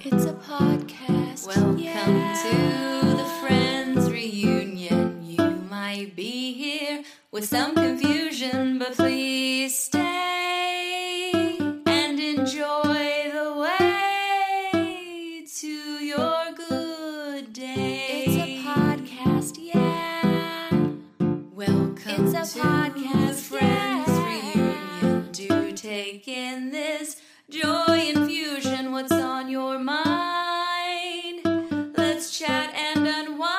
It's a podcast. Welcome yeah. to the Friends Reunion. You might be here with some confusion, but please stay and enjoy the way to your good day. It's a podcast. Yeah. Welcome It's a to podcast, the Friends yeah. Reunion. Do take in this joy infusion. What's on your mind? Let's chat and unwind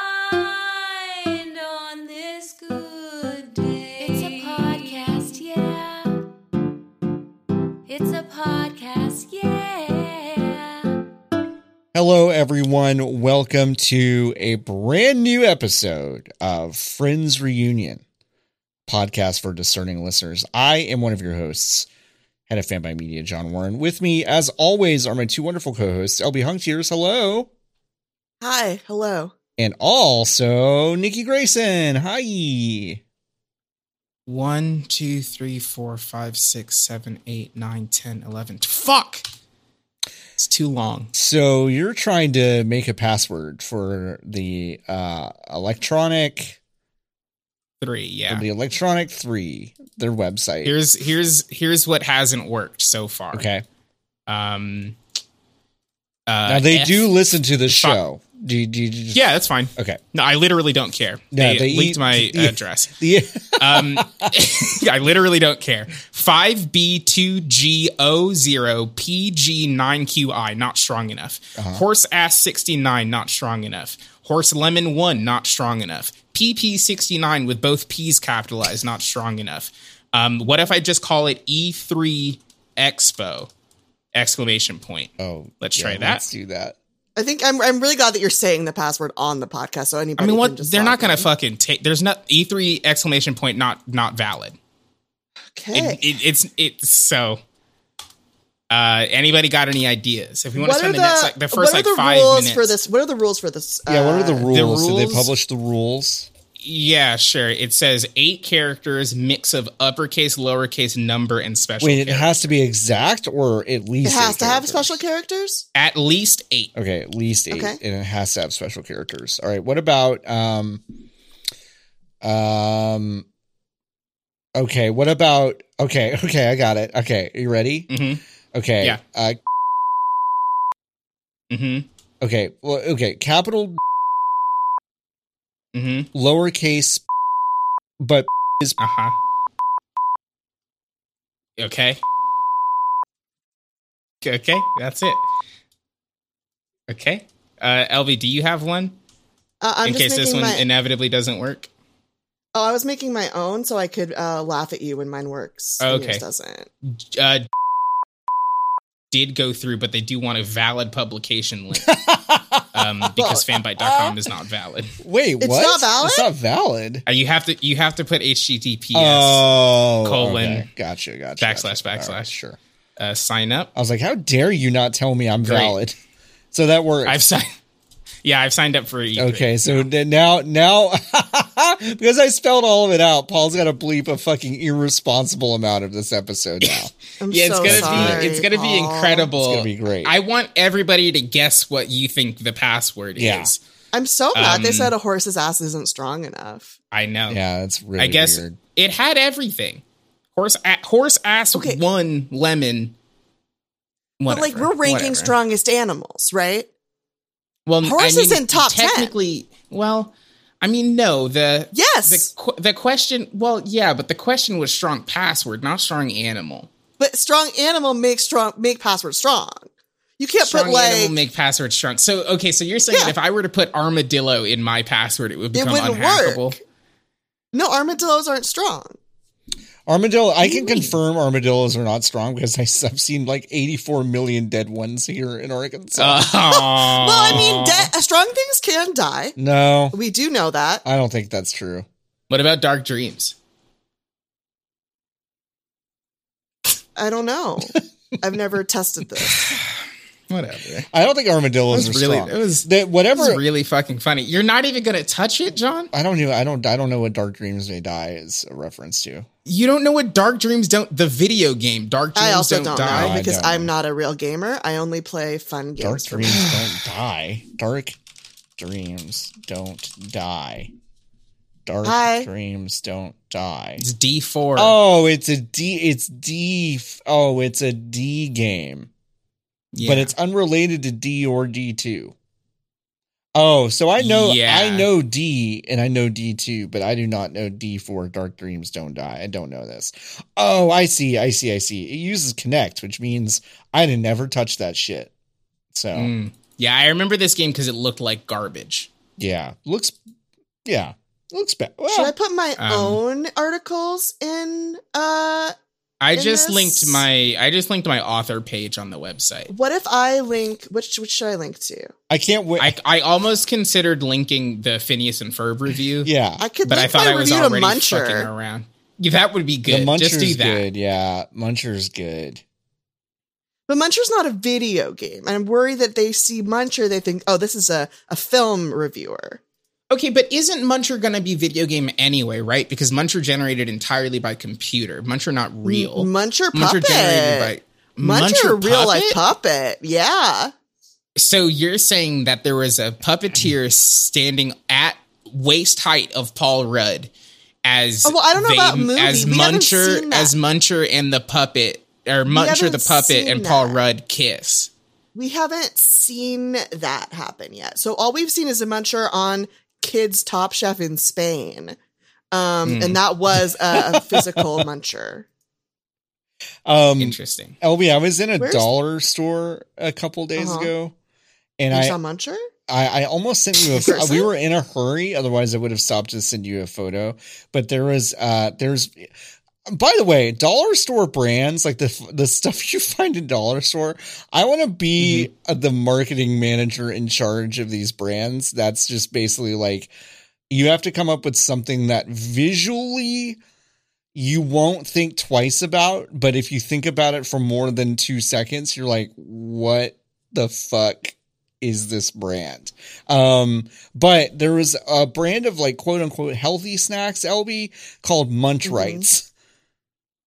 on this good day. It's a podcast. Yeah. It's a podcast. Yeah. Hello, everyone. Welcome to a brand new episode of Friends Reunion, podcast for discerning listeners. I am one of your hosts, head of Fanby Media, John Warren. With me, as always, are my two wonderful co hosts, LB Hungtiers. Hello. Hi, hello. And also Nikki Grayson. Hi. One, two, three, four, five, six, seven, eight, nine, ten, eleven. Fuck! It's too long. So you're trying to make a password for the uh, electronic. Three, for yeah. The Electronic 3, their website. Here's here's here's what hasn't worked so far. okay. Um. Uh, Now they F- do listen to the Fuck. show. Do you, do you just, Yeah, that's fine. Okay. No, I literally don't care. No, they, they leaked eat- my they- address. Yeah. Um, I literally don't care. Five B two G O zero PG nine QI. Not strong enough. Horse ass sixty nine. Not strong enough. Horse lemon one. Not strong enough. PP sixty nine with both P's capitalized. Not strong enough. Um, what if I just call it E three Expo? Exclamation point. Oh, Let's yeah, try that. Let's do that. I think I'm I'm really glad that you're saying the password on the podcast so anybody I mean, can what? just They're not log going to in. fucking take. There's not E three exclamation point. Not not valid. Okay. it, it, it's it's so. Uh, anybody got any ideas? If we want to what are spend the, the, next like the first what are like the five rules minutes for this? What are the rules for this? Yeah, what are the uh, rules? Did rules- they publish the rules? Yeah, sure. It says eight characters, mix of uppercase, lowercase, number, and special. Wait, it character. has to be exact or at It least has eight to have characters? special characters. at least eight. Okay, at least eight, Okay. and it has to have special characters. All right, what about um, um, okay, what about okay, okay, I got it. Okay, you ready? Mm-hmm. Okay, Yeah. Uh, Mm-hmm. okay, well, okay, capital Mm-hmm. lowercase, but Uh huh. Okay. Okay, that's it. Okay. Uh, LV, do you have one Uh, I'm in just case this making one my. inevitably doesn't work? oh, I was making my own so I could uh, laugh at you when mine works. Oh, and yours okay. doesn't. uh, did go through, but they do want a valid publication link um, because fanbite.com is not valid. wait, It's what? not valid? It's not valid. Uh, you have to you have to put HTTPS Oh, Colon. okay. Gotcha, gotcha. Backslash, gotcha. All backslash. sure. uh, sign up. I was like, how dare you not tell me I'm Great. valid? So that works. I've signed. Yeah, I've signed up for E E3. okay, so then now, now, because I spelled all of it out, Paul's got to bleep a fucking irresponsible amount of this episode now. I'm Yeah, it's so gonna sorry, be it's gonna be Paul. incredible. It's gonna be great. I want everybody to guess what you think the password Yeah. is. I'm so glad they Um, said a horse's ass isn't strong enough. I know. yeah, that's really I guess weird. it had everything. Horse a- horse ass Okay. one lemon. but like we're Whatever, ranking whatever. strongest animals, right? Well, Horses in top 10. technically, well, I mean, no, the Yes. the qu- the question. Well, yeah, but the question was strong password, not strong animal. But strong animal makes strong make password strong. You can't Strong put like animal make password strong. So okay, so you're saying Yeah. that if I were to put armadillo in my password, it would become wouldn't unhackable. work. no armadillos aren't strong. Armadillo, I can confirm armadillos are not strong because I've seen like 84 million dead ones here in Arkansas. Uh. Aw. Well, I mean, de- strong things can die. no, We do know that. I don't think that's true. what about dark dreams? I don't know. I've never tested this. Whatever. I don't think armadillos are It was really- strong. it was- that This whatever. is really fucking funny. You're not even gonna touch it, John. I don't know. I don't. I don't know what Dark Dreams May Die is a reference to. You don't know what Dark Dreams don't. The video game Dark Dreams I also don't, don't, die. know I because don't I'm not a real gamer. I only play fun games. Dark for dreams don't die. Dark dreams don't die. Dark Hi. dreams don't die. It's D four. Oh, it's a D. It's D. f- Oh, it's a D game, but it's unrelated to D or D two. Oh, so I know Yeah. I know D and I know D two, but I do not know D for Dark Dreams Don't Die. I don't know this. Oh, I see, I see, I see. It uses Connect, which means I didn't ever touch that shit. So Oh. Mm. yeah. I remember this game because it looked like garbage. Yeah. Looks yeah. Looks bad. Should I Well, put my Um, own articles in? Uh, I In just this- linked my I just linked my author page on the website. what if I link? Which which should I link to? I can't wait. I I almost considered linking the Phineas and Ferb review. yeah. I could but I link thought my I was review to already fucking Muncher. around. Yeah, that would be the good. Muncher's Just do that. good. Yeah. Muncher's good. But Muncher's not a video game. And I'm worried that they see Muncher, they think, oh, this is a, a film reviewer. Okay, but isn't Muncher going to be video game anyway, right? Because Muncher generated entirely by computer. Muncher not real. Muncher Muncher puppet. generated by Muncher, a real life puppet? puppet. Yeah. So you're saying that there was a puppeteer standing at waist height of Paul Rudd as Oh, well, I don't know about movie. as We haven't Muncher seen that. as Muncher and the puppet or Muncher haven't the puppet seen and Paul that. Rudd kiss. We haven't seen that happen yet. So all we've seen is a Muncher on Kids Top Chef in Spain. Um, Hmm. And that was a, a physical Muncher. Um Interesting. LB, I was in a Where's- dollar store a couple days Uh-huh. ago and you I, saw Muncher? I I almost sent you a Person? we were in a hurry otherwise I would have stopped to send you a photo but there was uh there's by the way dollar store brands like the the stuff you find in dollar store I want to be uh the marketing manager in charge of these brands that's just basically like you have to come up with something that visually you won't think twice about, but if you think about it for more than two seconds, you're like, what the fuck is this brand? Um, but there was a brand of like quote unquote healthy snacks, LB, called Munch Mm-hmm. Rights,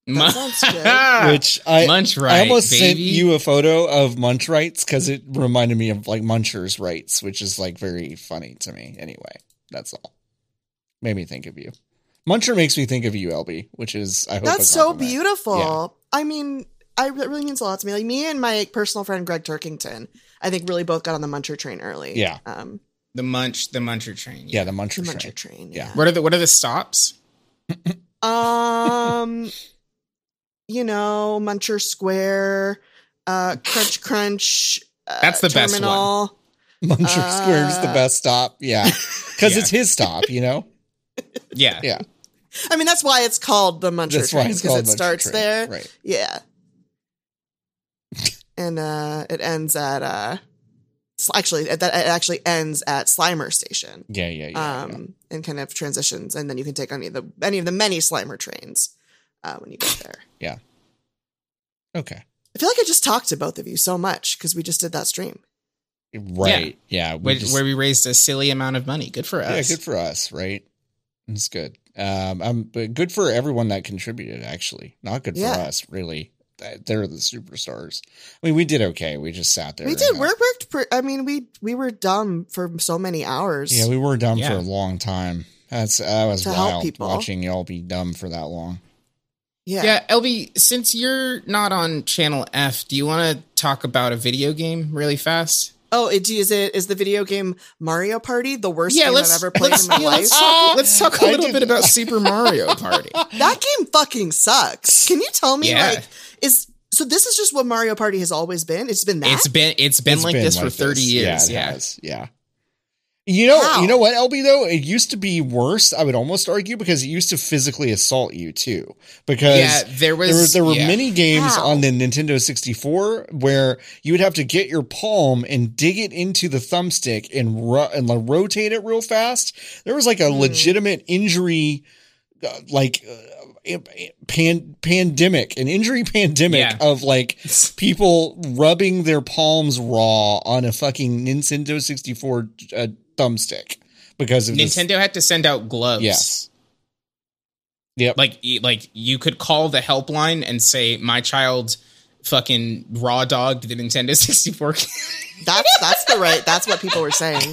That sounds which I, Munch I Right, almost sent baby. you a photo of Munch Rights because it reminded me of like Muncher's Rights, which is like very funny to me. Anyway, that's all. Made me think of you. Muncher makes me think of you, LB, which is I hope That's a so compliment. beautiful. Yeah. I mean, I, that really means a lot to me. Like me and my personal friend Greg Turkington, I think really both got on the Muncher train early. Yeah. Um, The munch the muncher train. Yeah, the Muncher the train. Muncher train. Yeah. Yeah. What are the what are the stops? Um, you know, Muncher Square, uh, Crunch Crunch. Uh, That's the best terminal. Muncher Uh, Square's the best stop. Yeah. Because Yeah. it's his stop, you know? Yeah. Yeah. I mean, that's why it's called the Muncher That's why it's because called it Muncher starts Train. there. Right. Yeah. and uh, it ends at uh, s- actually at that it actually ends at Slimer Station. Yeah, yeah, yeah. yeah. um, and kind of transitions, and then you can take any of the any of the many Slimer trains uh, when you get there. Okay. I feel like I just talked to both of you so much because we just did that stream. Right. Yeah. we Where, just- where we raised a silly amount of money. Good for yeah, us. good for us, right? It's good. Um, I'm but good for everyone that contributed, actually. Not good for Yeah. us, really. Uh, They're the superstars. I mean, we did okay. We just sat there. We and did. had- We worked. Pre- I mean, we we were dumb for so many hours. Yeah, we were dumb for Yeah. a long time. That's that was To help wild people. watching y'all be dumb for that long. yeah. Yeah, LB, since you're not on channel F, do you want to talk about a video game really fast? Oh, it, is it is the video game Mario Party the worst yeah, game I've let's Oh. ever played in my yeah, life? let's talk, let's talk a I little did- bit about Super Mario Party. That game fucking sucks. Can you tell me Yeah. like is so? This is just what Mario Party has always been. It's been that. It's been it's been It's like this for thirty years. it Yeah, has. yeah. You know, How? you know what, LB though, it used to be worse. I would almost argue because it used to physically assault you too. Because yeah. There was there were there were yeah. many games How? on the Nintendo 64 where you would have to get your palm and dig it into the thumbstick and ro- and like, Hmm. rotate it real fast. There was like a legitimate injury, uh, like uh, pan, pandemic, an injury pandemic Yeah. of like people rubbing their palms raw on a fucking Nintendo 64 uh, thumbstick because of this- Nintendo had to send out gloves. Yes. Yep. Like y- like you could call the helpline and say my child fucking raw dogged the Nintendo 64. That's that's the right. That's what people were saying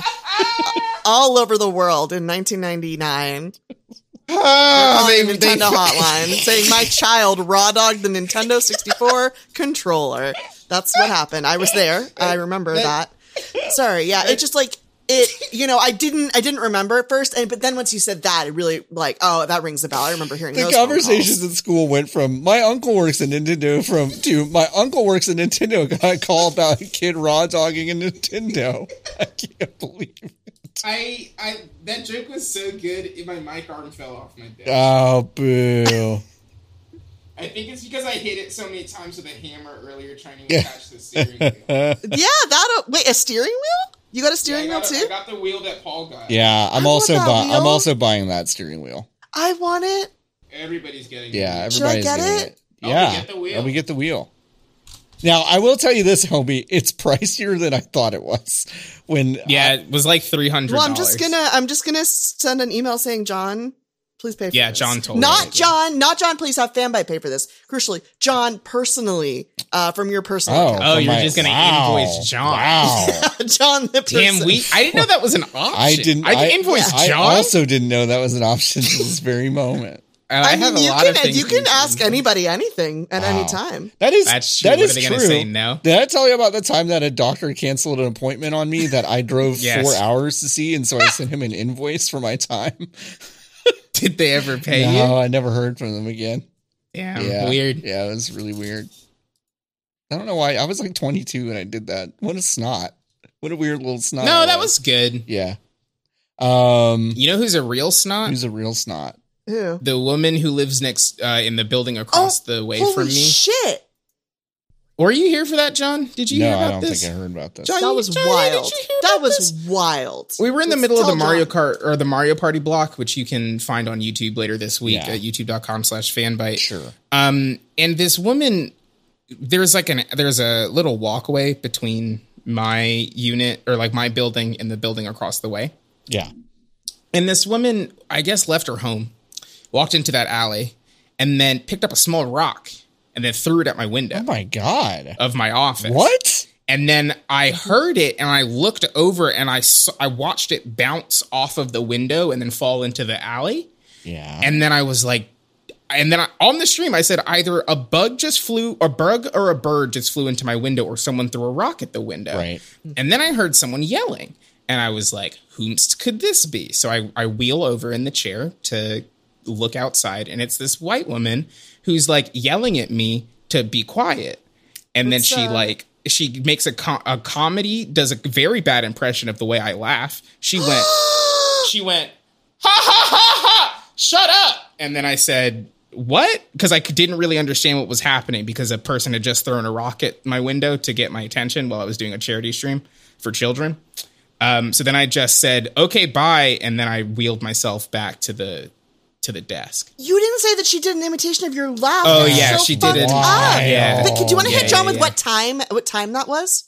all over the world in 1999. Ah, calling they- the they- Nintendo hotline saying my child raw dogged the Nintendo 64 controller. That's what happened. I was there. I remember that. Sorry. Yeah, it just like it you know, I didn't I didn't remember at first and but then once you said that, it really like, oh, that rings a bell. I remember hearing the those phone calls. conversations at school went from my uncle works in Nintendo from to my uncle works in Nintendo got a call about a kid raw dogging a Nintendo. I can't believe. It. I I that joke was so good my mic arm fell off my desk. Oh boo! I think it's because I hit it so many times with a hammer earlier trying to Yeah. attach the steering wheel. Yeah, that uh, wait, a steering wheel? You got a steering I, got, wheel too? I got the wheel that Paul got. yeah, I'm want also that bu- I'm wheel. also buying that steering wheel. I want it. Everybody's getting Yeah, it. Should I everybody's get getting it? Oh, we Yeah, get the wheel. Oh, we get the wheel. Now I will tell you this, homie. It's pricier than I thought it was. When Yeah, it was like three hundred. Well, I'm just gonna I'm just gonna send an email saying John, please pay for Yeah, this. John told not me. John, not John. Please have fanbite pay for this. Crucially, John personally uh, from your personal account. Oh, from you're just gonna invoice John. Wow. John the Damn, person. we. I didn't know that was an option. I didn't. I, invoiced I John. also didn't know that was an option until this very moment. Oh, I, have mean, a you lot can of things you can we ask anybody anything at Wow. any time. That is That's That's true. that What are is they true. gonna say now? Did I tell you about the time that a doctor canceled an appointment on me that I drove Yes. four hours to see, and so I sent him an invoice for my time? Did they ever pay no, you? I never heard from them again. Damn, yeah, weird. Yeah, it was really weird. I don't know why. I was like 22 and I did that. What a snot! What a weird little snot. I No, that was good. yeah. Um, You know who's a real snot? who's a real snot? Who? the woman who lives next uh, in the building across Oh, the way Holy from me. shit! Were you here for that, John? Did you No, hear about I don't this? think I heard about this. John, That you- was Johnny, did wild. you hear That about was this? wild. We were in the Let's middle of the tell Mario John. Kart or the Mario Party block, which you can find on YouTube later this week Yeah. at youtube.com slash fanbite. Sure. Um, and this woman, there's like an there's a little walkway between my unit or like my building and the building across the way. Yeah. And this woman, I guess, left her home, walked into that alley, and then picked up a small rock and then threw it at my window Oh my god. of my office. What? And then I heard it and I looked over and I saw, I watched it bounce off of the window and then fall into the alley. Yeah. And then I was like, and then I, on the stream, I said either a bug just flew, a bug or a bird just flew into my window, or someone threw a rock at the window. Right. And then I heard someone yelling, and I was like, whomst could this be? So I, I wheel over in the chair to look outside, and it's this white woman who's like yelling at me to be quiet. And then It's, she uh, like, she makes a, co- a comedy, does a very bad impression of the way I laugh. She went, she went, ha ha ha ha, shut up. And then I said, what? Because I didn't really understand what was happening because a person had just thrown a rock at my window to get my attention while I was doing a charity stream for children. Um, so then I just said, okay, bye. And then I wheeled myself back to the to the desk. You didn't say that she did an imitation of your laugh. Oh, That's yeah, so she did fucked it. up. Yeah. Like, do you want to Yeah, hit John yeah, with yeah. what time? What time that was?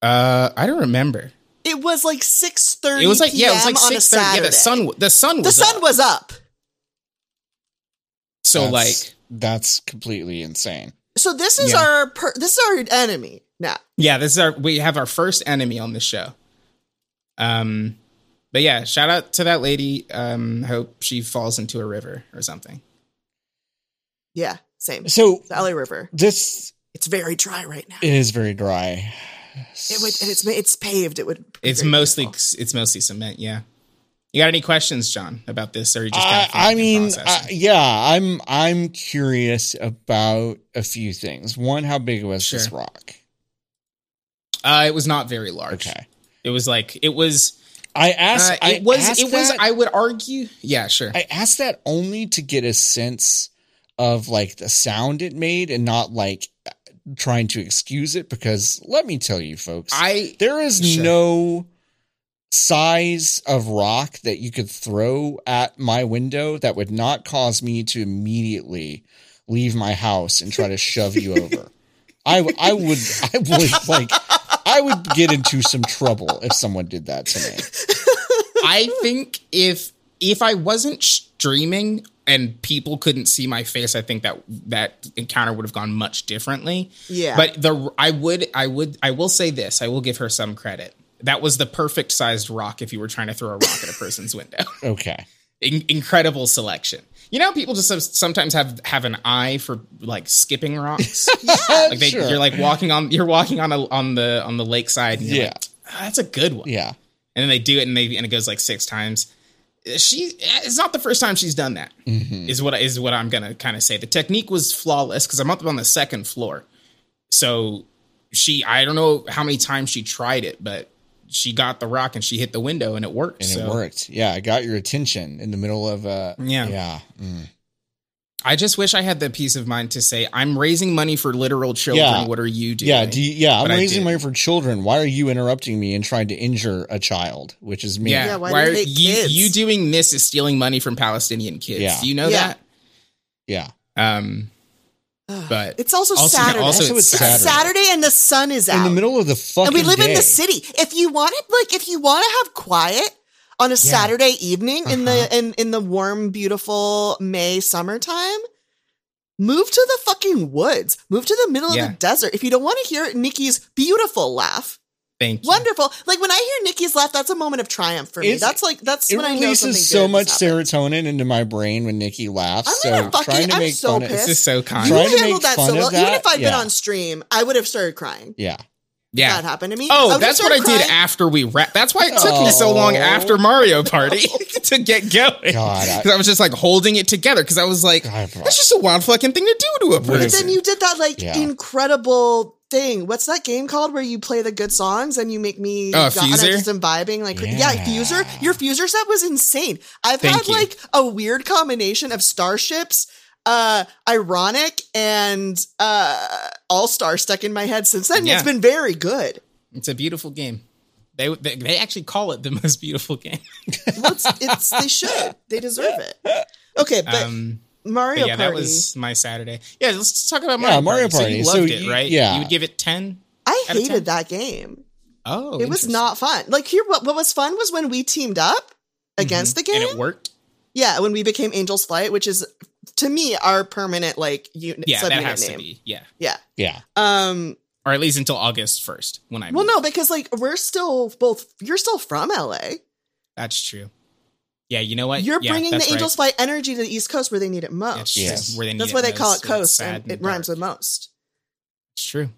Uh, I don't remember. It was like six thirty. It was like yeah, it was like on a six thirty. Yeah, Saturday. the sun w- the sun was The sun up. was up. so That's- like that's completely insane. So this is Yeah. our per- this is our enemy now. yeah this is our we have our first enemy on the show um but yeah shout out to that lady um hope she falls into a river or something Yeah, same. It's So the LA River. this It's very dry right now. It, is very dry. would and it's ma- it's paved. It would. be it's very mostly beautiful. it's mostly cement yeah you got any questions john about this or you just I, kinda Uh, I mean, processing? I, yeah, I'm I'm curious about a few things. One, how big was this Sure. rock? uh it was not very large Okay, it was like it was I asked. uh, I it was asked it was that- i would argue yeah sure I asked that only to get a sense of like the sound it made, and not like trying to excuse it. Because let me tell you, folks, i There is Sure. no size of rock that you could throw at my window that would not cause me to immediately leave my house and try to shove you over. I I would I would like I would get into some trouble if someone did that to me. I think if if I wasn't streaming and people couldn't see my face, I think that that encounter would have gone much differently. Yeah. But the I would I would I will say this. I will give her some credit. That was the perfect sized rock if you were trying to throw a rock at a person's window. Okay. In- incredible selection. You know, people just have, sometimes have have an eye for like skipping rocks. like they, sure. you're like walking on you're walking on a, on the on the lakeside. And you're Yeah. like, "Ah, that's a good one Yeah. and then they do it and they and it goes like six times she it's not the first time she's done that. Is Mm-hmm. what is what i'm gonna kind of say the technique was flawless because i'm up on the second floor so she i don't know how many times she tried it but she got the rock and she hit the window and it worked And so it worked. Yeah, I got your attention in the middle of uh Yeah. Yeah. Mm. i just wish i had the peace of mind to say i'm raising money for literal children Yeah. what are you doing Yeah, do you, yeah, I'm But I raising did. money for children. Why are you interrupting me and trying to injure a child, which is me? yeah, Yeah, why why, do are they hate you, kids? you doing this is stealing money from palestinian kids Yeah. do you know Yeah. Yeah. that um but It's also, Also- Saturday. also it's it's Saturday. Saturday. and the sun is out. In the middle of the fucking and we live in day. the city. If you want it, like if you want to have quiet on a Saturday evening in Uh-huh. the in in the warm, beautiful May summertime, move to the fucking woods. Move to the middle of Yeah. the desert. If you don't want to hear Nikki's beautiful laugh, thank you wonderful. Like when I hear Nikki's laugh, that's a moment of triumph for me. It's- that's like that's It when I know something releases so good much has happened. serotonin into my brain when Nikki laughs. I'm gonna so fucking- trying to I'm make so fun of pissed. this is so kind You Trying to make handled that so fun of well. Even that? if i had been Yeah. on stream, I would have started crying. Yeah. yeah That happened to me. Oh, would've that's what I started did crying. after we wrapped. That's why it took me so long Oh. after Mario Party to get going. God, I- 'Cause I, was just like holding it together because I was like, God, bro. that's just a wild fucking thing to do to a But person. But then you did that like Yeah. incredible thing. What's that game called where you play the good songs and you make me Uh, and I'm Fuser? just imbibing like yeah. Yeah. fuser. Your fuser set was insane. I've Thank had you. like a weird combination of starships, uh, ironic, and uh, all star stuck in my head since then. Yeah. It's been very good. it's a beautiful game. They, they they actually call it the most beautiful game. Well, it's, it's they should. They deserve it. Okay, but Um, Mario but yeah, Party. that was my Saturday. Yeah, let's talk about Mario, Yeah, Mario Party. Party. So So you loved you- it, right? yeah. you would give it ten. I out of hated 10? that game. Oh, It was interesting. not fun. Like here, what, what was fun was when we teamed up Mm-hmm. against the game. and it worked. Yeah, when we became Angel's Flight, which is to me our permanent like unit Yeah, that subunit has name. to be. Yeah, Yeah. Yeah. Um. or at least until August first when I Well, moved. no, because like we're still both. You're still from LA. That's true. Yeah, you know what? You're Yeah, bringing the that's right. Angel's Flight energy to the East Coast where they need it most. That's true. Yes. Where they need That's it why they call it most, where it's coast, sad and it dark. rhymes with most. It's true.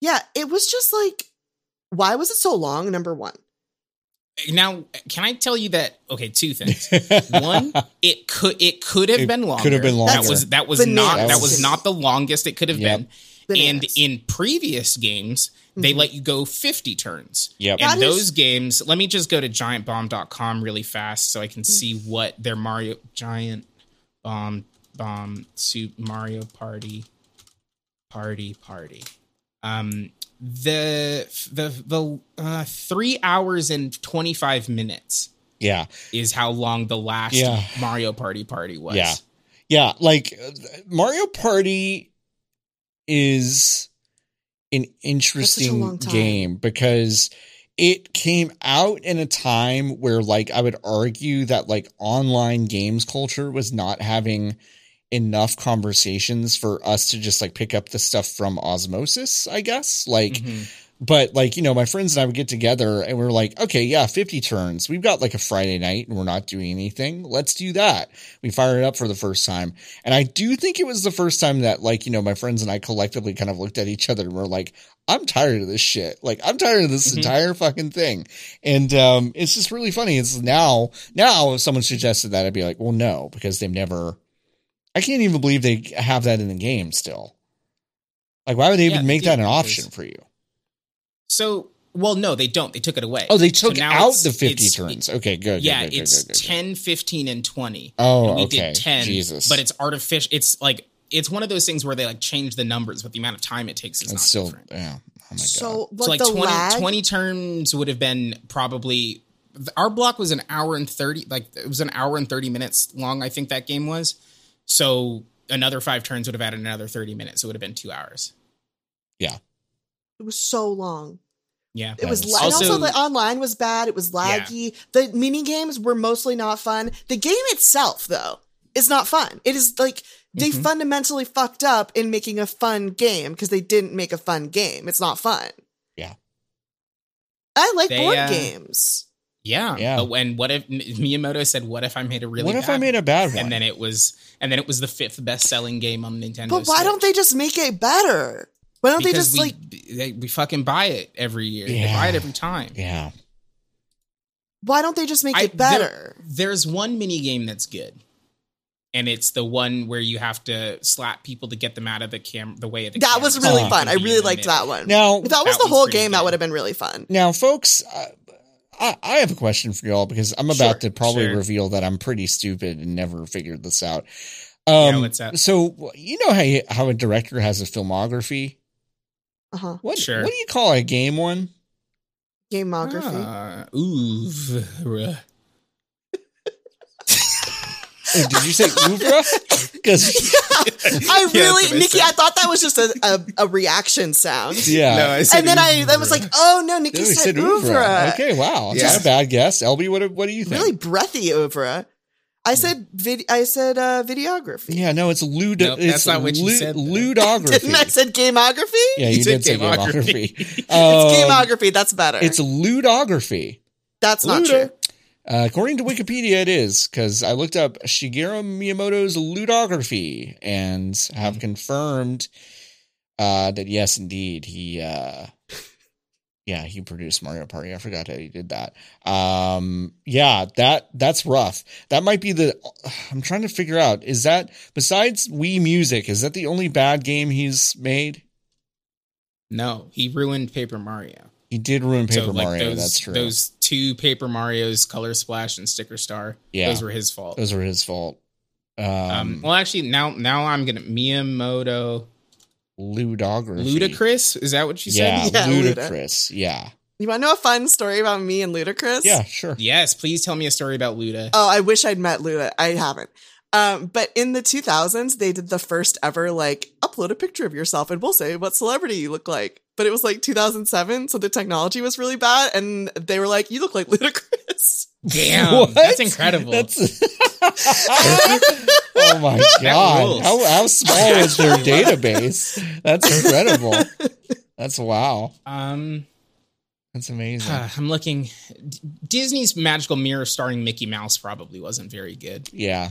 Yeah, it was just like, why was it so long? Number one. Now, can I tell you that? Okay, two things. One, it could it could have It been longer. could have been That longer. was that was Bananas. not That that was- was not the longest it could have Yep. been. Bananas. Mm-hmm. And in previous games, they let you go 50 turns. Yep. And That is- those games, let me just go to giantbomb.com really fast so I can see what their Mario Giant Bomb Bomb Super Mario Party Party Party. Um the the the uh 3 hours and 25 minutes yeah. is how long the last Yeah. Mario Party Party was. Yeah. Yeah, like uh, Mario Party is an interesting long time. game because it came out in a time where like I would argue that like online games culture was not having enough conversations for us to just like pick up the stuff from osmosis, I guess. Like Mhm. but like you know my friends and i would get together and we are like okay yeah 50 turns we've got like a friday night and we're not doing anything let's do that we fired it up for the first time and i do think it was the first time that like you know my friends and i collectively kind of looked at each other and were like i'm tired of this shit like i'm tired of this Mhm. entire fucking thing and um it's just really funny it's now now if someone suggested that i'd be like well no because they've never i can't even believe they have that in the game still like why would they Yeah, even make yeah, that an because- option for you So, well, no, they don't. They took it away. Oh, they took So now out it's- the 50 it's- turns. Okay, good. yeah, good, good, it's good, good, good. 10, 15, and 20. Oh, and we okay. did 10. Jesus. But it's artificial. It's like it's one of those things where they like change the numbers, but the amount of time it takes is not It's still, different. yeah. Oh my god. So, So like like the 20, lag, 20 turns would have been probably our block was an hour and 30 like it was an hour and 30 minutes long I think that game was. So another 5 turns would have added another 30 minutes. It would have been 2 hours. it was so long. Yeah. It was Nice. la- and also, Also- the online was bad. It was laggy. The mini games were mostly not fun. The game itself, though, is not fun. It is like they Mhm. fundamentally fucked up in making a fun game because they didn't make a fun game. It's not fun. Yeah. I like They, board uh, games. Yeah. Yeah. But when what if M- Miyamoto said what if I made a really what if bad I made a bad one? and then it was and then it was the fifth best-selling game on Nintendo But why don't they just make it better? Why don't because they just like we, they, we fucking buy it every year. They Yeah. buy it every time. yeah. why don't they just make I- it better? There's one mini game that's good, and it's the one where you have to slap people to get them out of the cam the way of the. That was really Oh. fun. I really liked that one. Now, if that was That the one's whole pretty game, that good. would have been really fun. now, folks, uh, I, I have a question for y'all because I'm about to Sure, probably sure. reveal that I'm pretty stupid and never figured this out. Yeah, Um, what's that? so you know how you, how a director has a filmography. Uh huh. What Sure. what do you call a game one? Gameography. Uh, ooh, v- Oh, Did you say oeuvre? Because I Yeah, really, that's what I Nikki, said. I thought that was just a, a, a reaction sound. yeah, No, I said And then I, I was oeuvre. like, oh no, Nikki Dude, he said, said oeuvre. oeuvre. Okay, wow, Yeah. not a bad guess. LB, what do- what do you think? Really breathy oeuvre. I said, vid- I said uh, videography. Yeah, no, it's lud. Nope, it's that's not what you lu- said, though. Ludography. Didn't I said gameography? yeah, you, You did said say gamography. gamography. Um, it's gameography. That's better. It's ludography. that's not Ludo. true. Uh, according to Wikipedia, it is because I looked up Shigeru Miyamoto's ludography and Hmm. have confirmed uh, that yes, indeed, he, uh, yeah, he produced Mario Party. I forgot that he did that. Um, yeah, that that's rough. That might be the. I'm trying to figure out is that besides Wii Music, is that the only bad game he's made? no, he ruined Paper Mario. He did ruin Paper so, like, Mario. Those, that's true. Those, Those two Paper Mario's, Color Splash and Sticker Star. Yeah. those were his fault. were his fault. um, Um, well, actually, now now I'm gonna Miyamoto ludography. Ludacris. Is that what you said? yeah, Yeah, Luda. ludicrous. Yeah. You want to know a fun story about me and Ludacris? Yeah, sure. Yes, please tell me a story about Luda. Oh, I wish I'd met Luda. I haven't. Um, but in the 2000s, they did the first ever like upload a picture of yourself and we'll say what celebrity you look like. But it was like 2007, so the technology was really bad, and they were like, "You look like Ludacris." Damn, What? that's incredible. That's Oh my god. rules. How how small is their database? That's incredible. That's wow. um, That's amazing. huh, I'm looking. D- Disney's Magical Mirror starring Mickey Mouse probably wasn't very good. Yeah.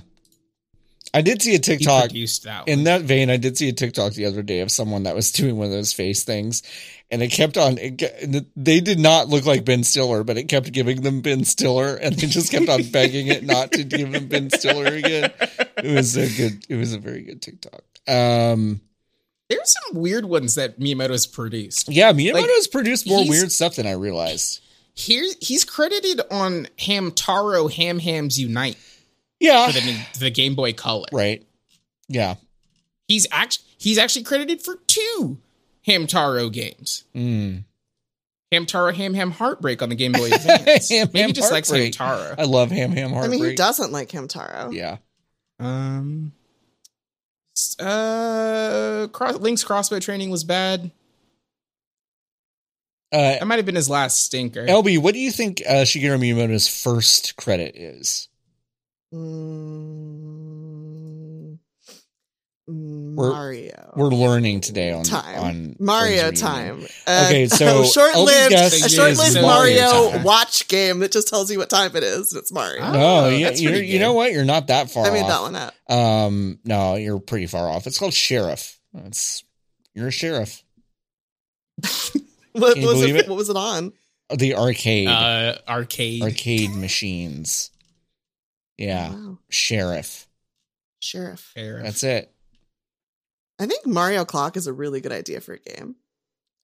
I did see a He TikTok produced that one. in that vein, I did see a TikTok the other day of someone that was doing one of those face things, and it kept on. It, ge- they did not look like Ben Stiller, but it kept giving them Ben Stiller, and they just kept on begging it not to give them Ben Stiller again. It was a good. It was a very good TikTok. Um, There's some weird ones that Miyamoto's produced. yeah, Miyamoto's Like, produced more he's- weird stuff than I realized. Here, he's credited on Hamtaro Ham Hams Unite Yeah, for the, the Game Boy Color. right. Yeah, He's act he's actually credited for two Hamtaro games. Mm. Hamtaro Ham Ham Heartbreak on the Game Boy Advance. Ham Maybe Ham he just likes Heartbreak. Hamtaro. I love Ham Ham I Heartbreak. mean, who doesn't like him, Taro? Yeah, Um, s- uh, cross, Link's crossbow training was bad. uh, That might have been his last stinker. LB, what do you think uh, Shigeru Miyamoto's first credit is? Mm, Mario. We're learning today on time. on Mario Friends Reunion. time. Uh, Okay, so short-lived, Elvis guessed a short-lived is Mario, Mario time. watch game that just tells you what time it is. It's Mario. Ah, No, Oh, yeah, that's you're, pretty you know good. what? You're not that far I made off. that one up. Um, no, you're pretty far off. It's called Sheriff. It's you're a sheriff. What Can you was believe it, it? What was it on? The arcade, uh, arcade. arcade machines. Yeah, Wow. Sheriff. Sheriff. Fair. That's it. I think Mario Clock is a really good idea for a game.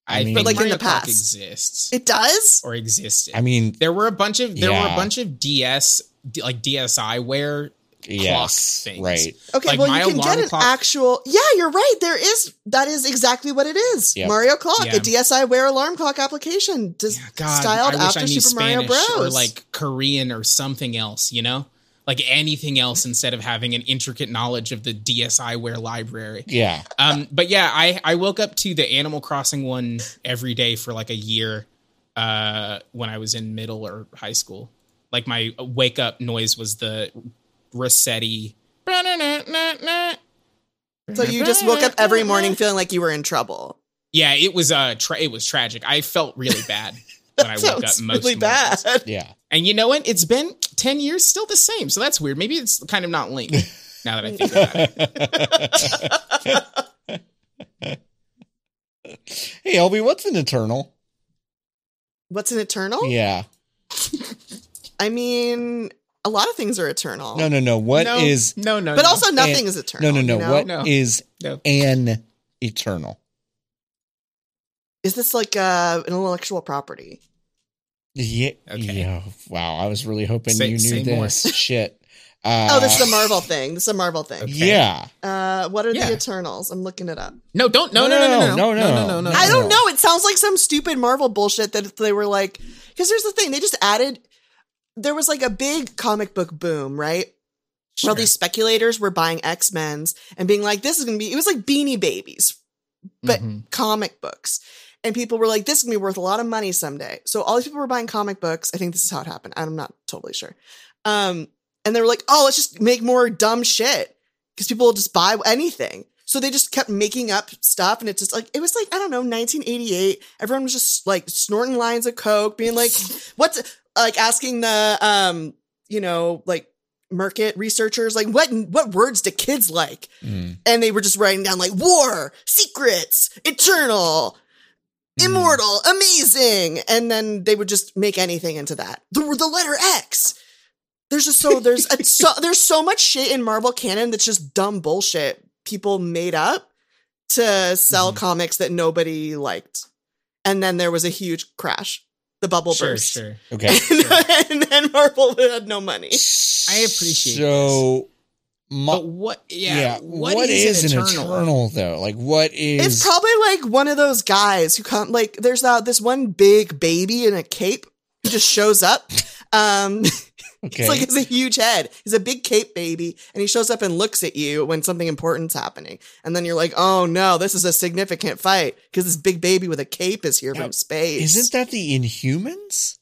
I, I mean- think But, like, in Mario the Kart past. exists It does? or existed. I mean, there were a bunch of there were Yeah. a bunch of DS d- like DSiWare Yes, clock things. right. Okay, Like, well my you can get alarm an clock- actual. Yeah, you're right. There is that is exactly what it is. Yeah. Mario Clock, Yeah. a DSI Wear alarm clock application, dis- God, styled I wish after I knew Super Mario Spanish Bros. or like Korean or something else, you know? Like anything else instead of having an intricate knowledge of the DSiWare library. Yeah. Um, but yeah, I, I woke up to the Animal Crossing one every day for like a year uh, when I was in middle or high school. Like my wake up noise was the Rossetti. so you just woke up every morning feeling like you were in trouble. Yeah, it was uh tra- it was tragic. I felt really bad when I woke up most Sounds really mornings. bad. Yeah. And you know what? It's been 10 years, still the same. So that's weird. Maybe it's kind of not linked now that I think about it. Hey, LB, what's an eternal? What's an eternal? Yeah. I mean, a lot of things are eternal, No, no, no. What no, is No, no. but no. also nothing And- is eternal. no, no, no? you know? What is No. No. an eternal? is this like? Uh, intellectual property. Yeah. Okay. yeah. Wow. I was really hoping Say- you say knew more. this shit. Uh, Oh, this is a Marvel thing. This is a Marvel thing. Yeah. Uh, what are Yeah. the Eternals? I'm looking it up. No, don't. No, no, no, no, no, No, no, no, no, no. no, I know. don't know. It sounds like some stupid Marvel bullshit that they were like, because here's the thing. They just added, there was like a big comic book boom, right? Where all Sure. these speculators were buying X Men's and being like, this is going to be, it was like Beanie Babies, but Mhm. comic books. And people were like, this is going to be worth a lot of money someday. So all these people were buying comic books. I think this is how it happened. I'm not totally sure. Um, and they were like, oh, let's just make more dumb shit because people will just buy anything. So they just kept making up stuff. And it's just like, it was like, I don't know, 1988. Everyone was just like snorting lines of Coke, being like, what's like asking the, um, you know, like market researchers, like, what, what words do kids like? Mm. and they were just writing down like war, secrets, eternal, Hmm. Mm. immortal, amazing, and then they would just make anything into that. The the letter X. There's just so there's a, so there's so much shit in Marvel canon that's just dumb bullshit people made up to sell Mhm. comics that nobody liked, and then there was a huge crash, the bubble Sure, burst, sure. Okay. and then Marvel had no money. I appreciate So, my, But what? Yeah. yeah, what is, an eternal? though? Like, what is? It's probably like one of those guys who come like there's that this one big baby in a cape who just shows up. Um okay. it's like it's a huge head. He's a big cape baby and he shows up and looks at you when something important's happening. And then you're like, "Oh no, this is a significant fight because this big baby with a cape is here Now, from space." Isn't that the Inhumans?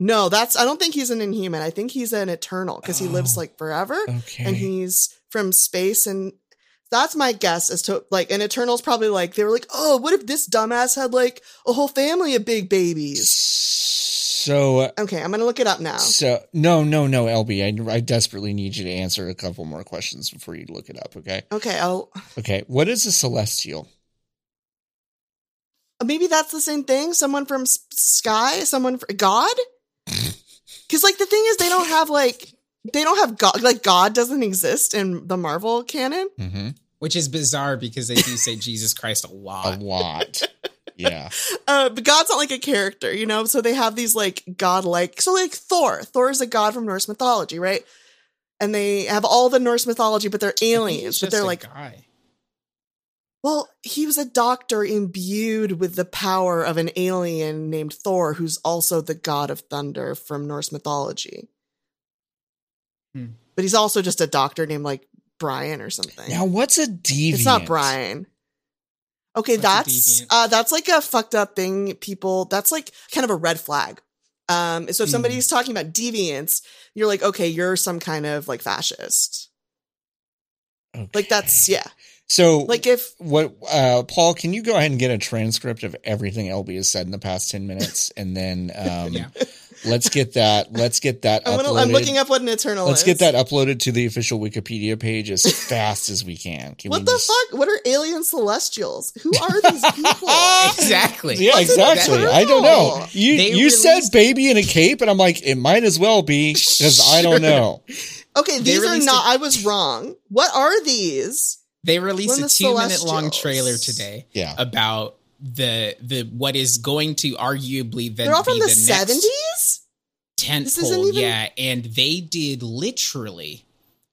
No, that's I don't think he's an inhuman. I think he's an eternal because he lives Oh. like forever Okay. and he's from space and that's my guess as to like an eternal's probably like they were like oh what if this dumbass had like a whole family of big babies so okay i'm gonna look it up now so no no no LB I, I desperately need you to answer a couple more questions before you look it up okay okay i'll okay what is a celestial maybe that's the same thing someone from s- sky someone fr god because like the thing is they don't have like they don't have god like god doesn't exist in the marvel canon mm-hmm. Which is bizarre because they do say Jesus Christ a a lot. lot yeah uh, but God's not like a character, you know. So they have these like godlike. So like Thor, Thor is a god from Norse mythology, right? And they have all the Norse mythology, but they're aliens. He's But just they're a like, guy. well, he was a doctor imbued with the power of an alien named Thor, who's also the god of thunder from Norse mythology. Hmm. But he's also just a doctor named like Brian or something. now what's a deviant It's not Brian. Okay, What's a that's deviant? uh, that's like a fucked up thing. People, that's like kind of a red flag. Um, so if Mm. somebody's talking about deviance, you're like, okay, you're some kind of like fascist. Like that's Okay. yeah. so Like if what uh Paul can you go ahead and get a transcript of everything LB has said in the past 10 minutes and then um Yeah. let's get that let's get that I'm, gonna, uploaded. I'm looking up what an eternal let's is. get that uploaded to the official Wikipedia page as fast as we can, Can we What the just- fuck? What are alien celestials? Who are these people? Exactly. Yeah, What's exactly. eternal? I don't know. You They you said released- baby in a cape, and I'm like, it might as well be because I Sure. don't know. okay, these are released not. a- I was wrong. What are these? They When released a the two minute long Celestials- trailer today Yeah. about the the what is going to arguably then They're all from be the the next seventies. tent This isn't even- yeah and they did literally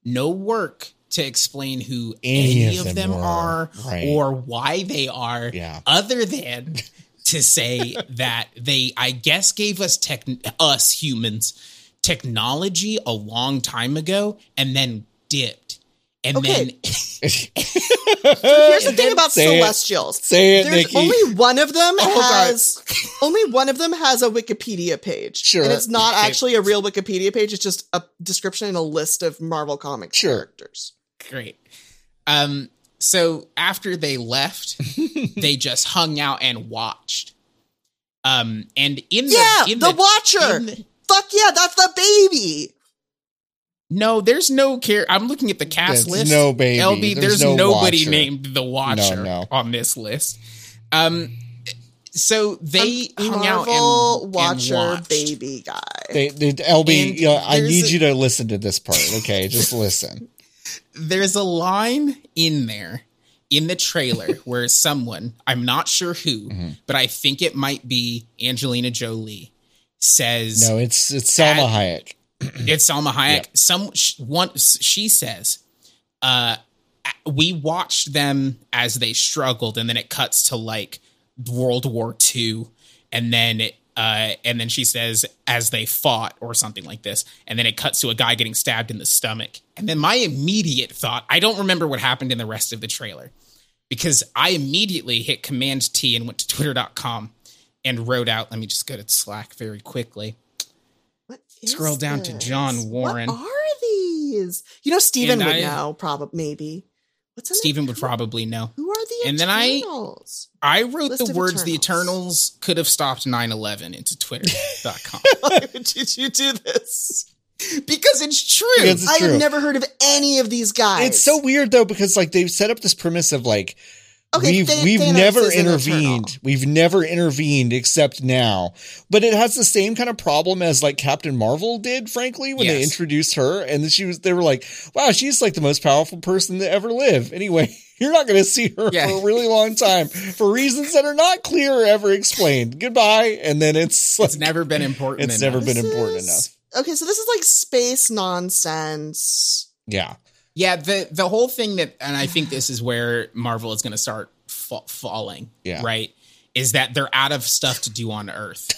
no work to explain who Any any, of of, them them, were, are right. or why they are, Yeah. other than to say that they, I guess, gave us tech, us humans technology a long time ago and then dipped. And Okay. then Here's the thing about Say it. celestials. Say it, There's Nikki. Oh, only one of them God. has only one of them has a Wikipedia page. Sure. And it's not actually a real Wikipedia page, it's just a description and a list of Marvel comics Sure. characters. Great. Um, so after they left, they just hung out and watched. Um, and in Yeah, the, the, in Watcher. in the- Fuck yeah, that's the baby. no, there's no care. I'm looking at the cast There's list. no baby. LB, There's there's, no nobody Watcher. named the Watcher No, no. on this list. Um, so they Um, hung out Marvel and Watcher and watched. baby guy. They, they, LB, And you know, I there's need a- you to listen to this part. Okay, just listen. there's a line in there in the trailer where someone, I'm not sure who, Mm-hmm. but I think it might be Angelina Jolie, says No, it's it's Selma Hayek. it's Salma Hayek. Yeah. Some sh- one she says, uh, a- we watched them as they struggled, and then it cuts to like World War II, and then it. Uh, and then she says, as they fought, or something like this. And then it cuts to a guy getting stabbed in the stomach. And then my immediate thought I don't remember what happened in the rest of the trailer because I immediately hit Command T and went to twitter.com and wrote out, let me just go to Slack very quickly. What is Scroll down to this? John Warren. What are these? You know, Steven And would I- know, probably, maybe. What's in Steven would there? probably know. Who are the And then I- Eternals? I wrote List the of words the Eternals. Eternals could have stopped 9 11 into Twitter.com Why did you do this? because it's true. Because It's I true. have never heard of any of these guys. It's so weird though because like they've set up this premise of like Okay, we've Than- we've Thanos never is an intervened. Eternal. We've never intervened except now. But it has the same kind of problem as like Captain Marvel did, frankly, when they Yes. introduced her and then she was they were like, Wow, she's like the most powerful person to ever live. Anyway, you're not gonna see her Yeah. for a really long time for reasons that are not clear or ever explained. Goodbye. And then it's like, It's never been important. it's enough. never been This important is- enough. Okay, so this is like space nonsense. Yeah. Yeah, the the whole thing that, and I think this is where Marvel is going to start fa- falling. Yeah. right. Is that they're out of stuff to do on Earth,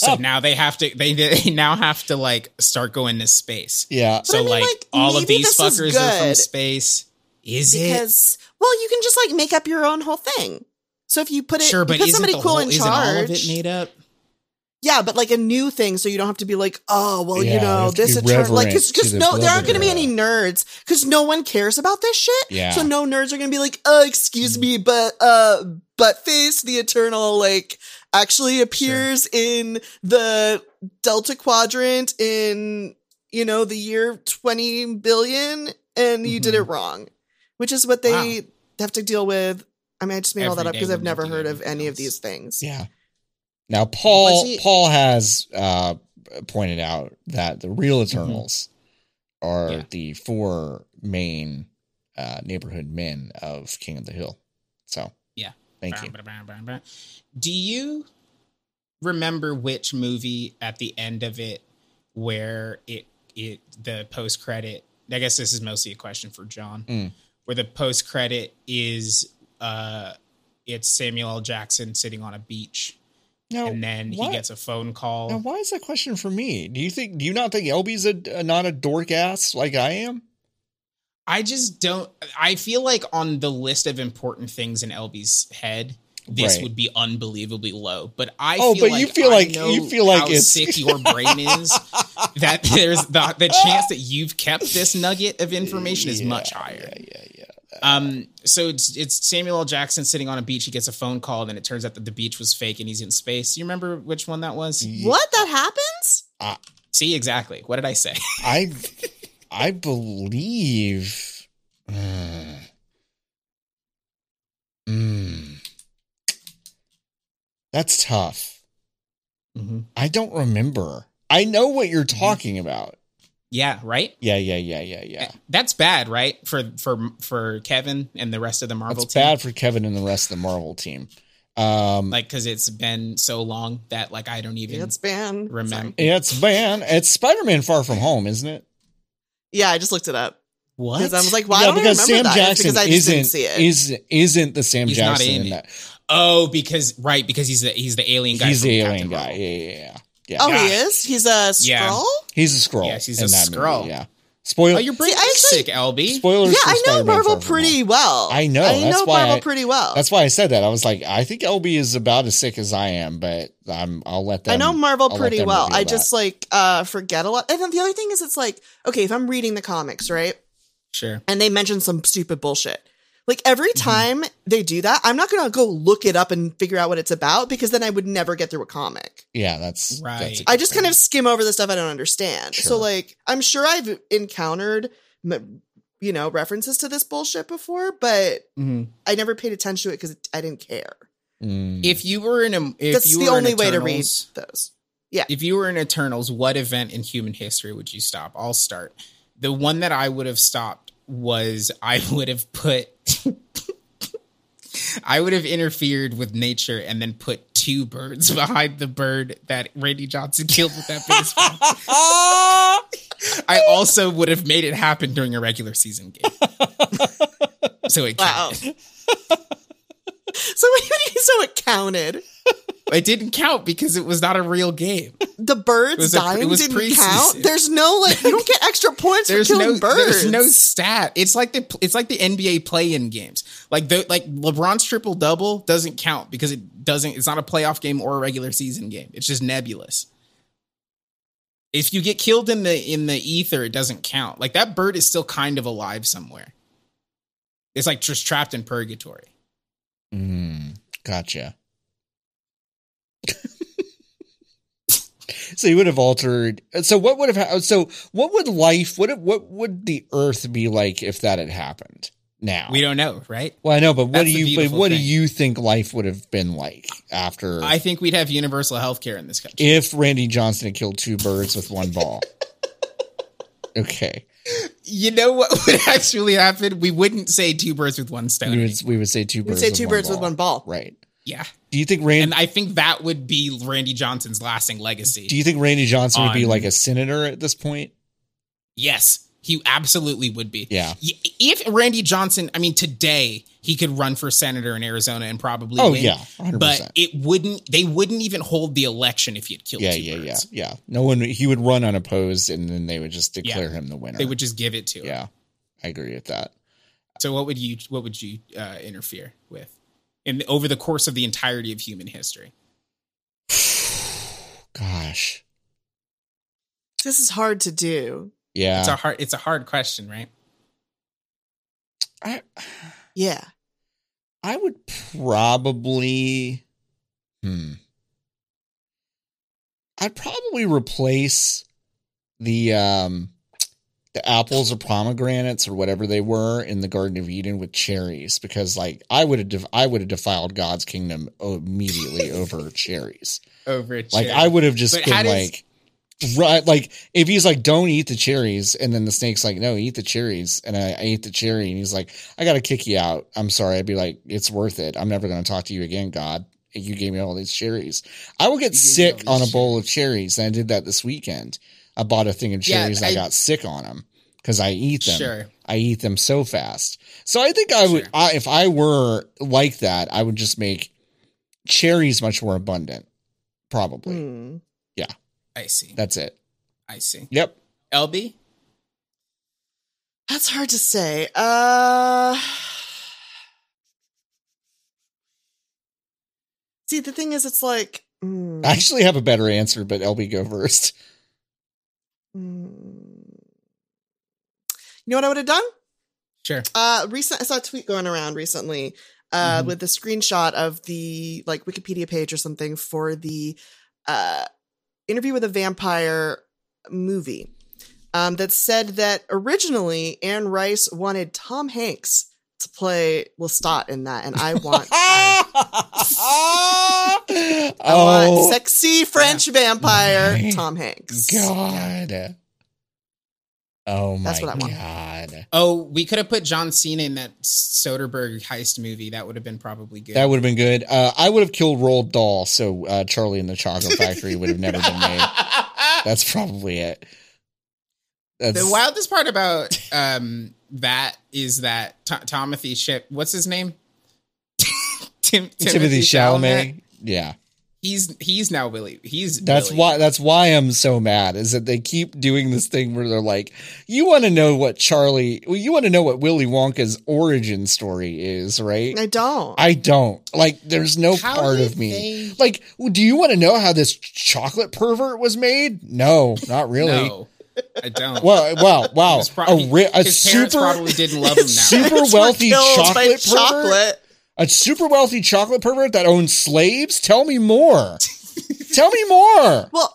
so now they have to they, they now have to like start going to space. Yeah. So I mean, like, like, all of maybe these this is fuckers are from good. space. Is it? because well, you can just like make up your own whole thing. So if you put it, Sure, you but put isn't, somebody the cool whole, in isn't all of charge, it made up? yeah, but like a new thing, so you don't have to be like, oh, well, Yeah, you you know, have to this be Eternal, like, reverent to because the no, there aren't going to be brother. any nerds because no one cares about this shit. Yeah. so no nerds are going to be like, oh, excuse Mm-hmm. me, but uh, but face the Eternal, like actually appears in the Delta Quadrant in you know the year twenty billion, and you did Mhm. it wrong, which is what they have to deal with. I mean, I just made all Every that up day because when I've they never do heard of everything any of else. these things. Yeah. Now Paul Was it- Paul has uh pointed out that the real Eternals are Mm-hmm. Yeah. the four main uh neighborhood men of King of the Hill. So Yeah. Thank you. Do you remember which movie at the end of it where it it the post credit? I guess this is mostly a question for John. Mm. Where the post credit is uh it's Samuel L. Jackson sitting on a beach Now, and then why- he gets a phone call. now why is that question for me? Do you think do you not think LB's a, a not a dork ass like I am? I just don't I feel like on the list of important things in LB's head this Right. would be unbelievably low, but I Oh, feel but you like feel I like- know you feel like how it's- sick your brain is that there's the the chance that you've kept this nugget of information is much higher. Yeah, yeah, yeah. Um, so it's it's Samuel L. Jackson sitting on a beach. He gets a phone call, and then it turns out that the beach was fake, and he's in space. You remember which one that was? Mm. What that happens? See exactly. What did I say? I I believe Mm. Mm. That's tough. Mm-hmm. I don't remember. I know what you're talking about. Yeah, right. Yeah, yeah, yeah, yeah, yeah. That's bad, right? For for for Kevin and the rest of the Marvel It's team. bad for Kevin and the rest of the Marvel team. Um Like, because it's been so long that like I don't even It's banned. remember. it's man, it's Spider-Man Far From Home, isn't it? Yeah, I just looked it up. What? Because I was like, why don't I because remember Sam that? It's Jackson because I just isn't didn't see it. is isn't the Sam He's not Jackson in in it. that. oh, because right, because he's the he's the alien guy. He's from the Captain alien guy. Marvel. Yeah, yeah, yeah. yeah. oh, Yeah. he is. He's a Yeah. scroll. He's a scroll. Yes, he's in a that movie, Skrull. yeah. Spoiler. Oh, you're See, breaking I actually- sick, LB. spoilers. Yeah, for I know Spider-Man Marvel Far From pretty Home. well. I know, I that's know why Marvel I- pretty well. That's why I said that. I was like, I think LB is about as sick as I am, but I'm. I'll let them. I know Marvel I'll let pretty them well. reveal I that. just like uh forget a lot. And then the other thing is, it's like okay, if I'm reading the comics, right, Sure. and they mention some stupid bullshit. Like every Mm-hmm. time they do that, I'm not gonna go look it up and figure out what it's about because then I would never get through a comic. Yeah, that's Right. that's a good I just kind point. of skim over the stuff I don't understand. Sure. So like, I'm sure I've encountered, m- you know, references to this bullshit before, but I never paid attention to it because I didn't care. Mm. If you were in a, if That's you the were in only way to read Eternals- those. If you were in Eternals, what event in human history would you stop? I'll start. The one that I would have stopped was I would have put I would have interfered with nature and then put two birds behind the bird that Randy Johnson killed with that baseball. I also would have made it happen during a regular season game. so it Wow. counted. so what do you mean? So it counted. It didn't count because it was not a real game. The birds It was a- dying it was didn't preseason. count. There's no like you don't get extra points for there's killing no birds. there's no stat. It's like the it's like the NBA play-in games. Like the like LeBron's triple double doesn't count because it doesn't. It's not a playoff game or a regular season game. It's just nebulous. If you get killed in the in the ether, it doesn't count. Like that bird is still kind of alive somewhere. It's like just trapped in purgatory. Mm, gotcha. so you would have altered. So what would have? hap- So what would life? What what would the Earth be like if that had happened now? We don't know, right? Well, I know, but what do That's the you? But beautiful what do thing. you think life would have been like after I think we'd have universal health care in this country. if Randy Johnson had killed two birds with one ball? okay, You know what would actually happen? We wouldn't say two birds with one we stone. would, we would say two We'd birds. say with two one birds ball. with one ball. Right. Yeah. Do you think Randy? And I think that would be Randy Johnson's lasting legacy. do you think Randy Johnson would be on- like a senator at this point? yes, he absolutely would be. Yeah. Y- If Randy Johnson, I mean, today he could run for senator in Arizona and probably Oh win. yeah, 100%. But it wouldn't. They wouldn't even hold the election if he had killed. yeah, two yeah, yeah, birds. yeah. No one. He would run unopposed, and then they would just Yeah. declare him the winner. They would just give it to him. Yeah, I agree with that. So what would you? What would you uh, interfere with? In over the course of the entirety of human history, Gosh, This is hard to do. yeah. it's a hard. It's a hard question, right? I Yeah. I would probably. Hmm. I'd probably replace the um the apples or pomegranates or whatever they were in the Garden of Eden with cherries because like I would have def- I would have defiled God's kingdom immediately over cherries. Over a Like chair. I would have just But how been does- like, right? Like if he's like, "Don't eat the cherries," and then the snake's like, "No, eat the cherries," and I, I ate the cherry, and he's like, "I got to kick you out. I'm sorry." I'd be like, "It's worth it. I'm never going to talk to you again, God. You gave me all these cherries. I will get You gave me sick all on a these bowl of cherries, and I did that this weekend. I bought a thing of Yeah, cherries, and I, I- got sick on them because I eat them. Sure. I eat them so fast. So I think I would, Sure. I, if I were like that, I would just make cherries much more abundant. Probably. Hmm. I see. That's it. I see. Yep. LB. That's hard to say. Uh See, the thing is, it's like. mm, I actually have a better answer, but LB go first. mm. You know what I would have done? Sure. Uh, recent, I saw a tweet going around recently uh, Mm-hmm. Mhm. with a screenshot of the like Wikipedia page or something for the uh, interview with a vampire movie um, that said that originally Anne Rice wanted Tom Hanks to play Lestat in that, and I want. I want oh sexy French vampire my Tom Hanks. God. Oh my That's what I want. God. Oh, we could have put John Cena in that Soderbergh heist movie. That would have been probably good. That would have been good. Uh, I would have killed Roald Dahl, so uh, Charlie and the Chocolate Factory would have never been made. That's probably it. That's the wildest part about um, that is that T- Timothy Ship. What's his name? Tim- Timothy Chalamet. Yeah. He's he's now Willy. He's That's Willy. why that's why I'm so mad is that they keep doing this thing where they're like, you want to know what Charlie, well, you want to know what Willy Wonka's origin story is, right? I don't. I don't. Like, there's no How part did of me. they- Like, do you want to know how this chocolate pervert was made? No, not really. No, I don't. Well, wow, wow. His pro- a ri- a his parents super, probably didn't love him now. super wealthy Killed by chocolate pervert. chocolate. A super wealthy chocolate pervert that owns slaves? Tell me more. Tell me more. Well,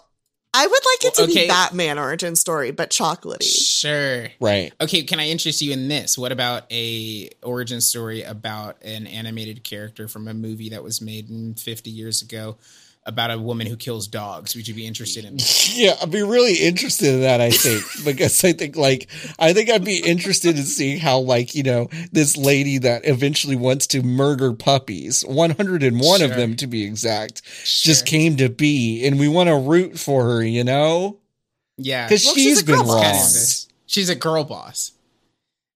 I would like it to Well, okay. be Batman origin story, but chocolatey. sure. Right. Okay, can I interest you in this? What about a origin story about an animated character from a movie that was made mm, 50 years ago about a woman who kills dogs? Would you be interested in? Yeah, I'd be really interested in that, I think, because I think like I think I'd be interested in seeing how like, you know, this lady that eventually wants to murder puppies, 101 of Sure. them to be exact, Sure. just came to be and we want to root for her, you know? Yeah. Cuz Well, she's she's a been girl boss. wrong. Kind of is. She's a girl boss.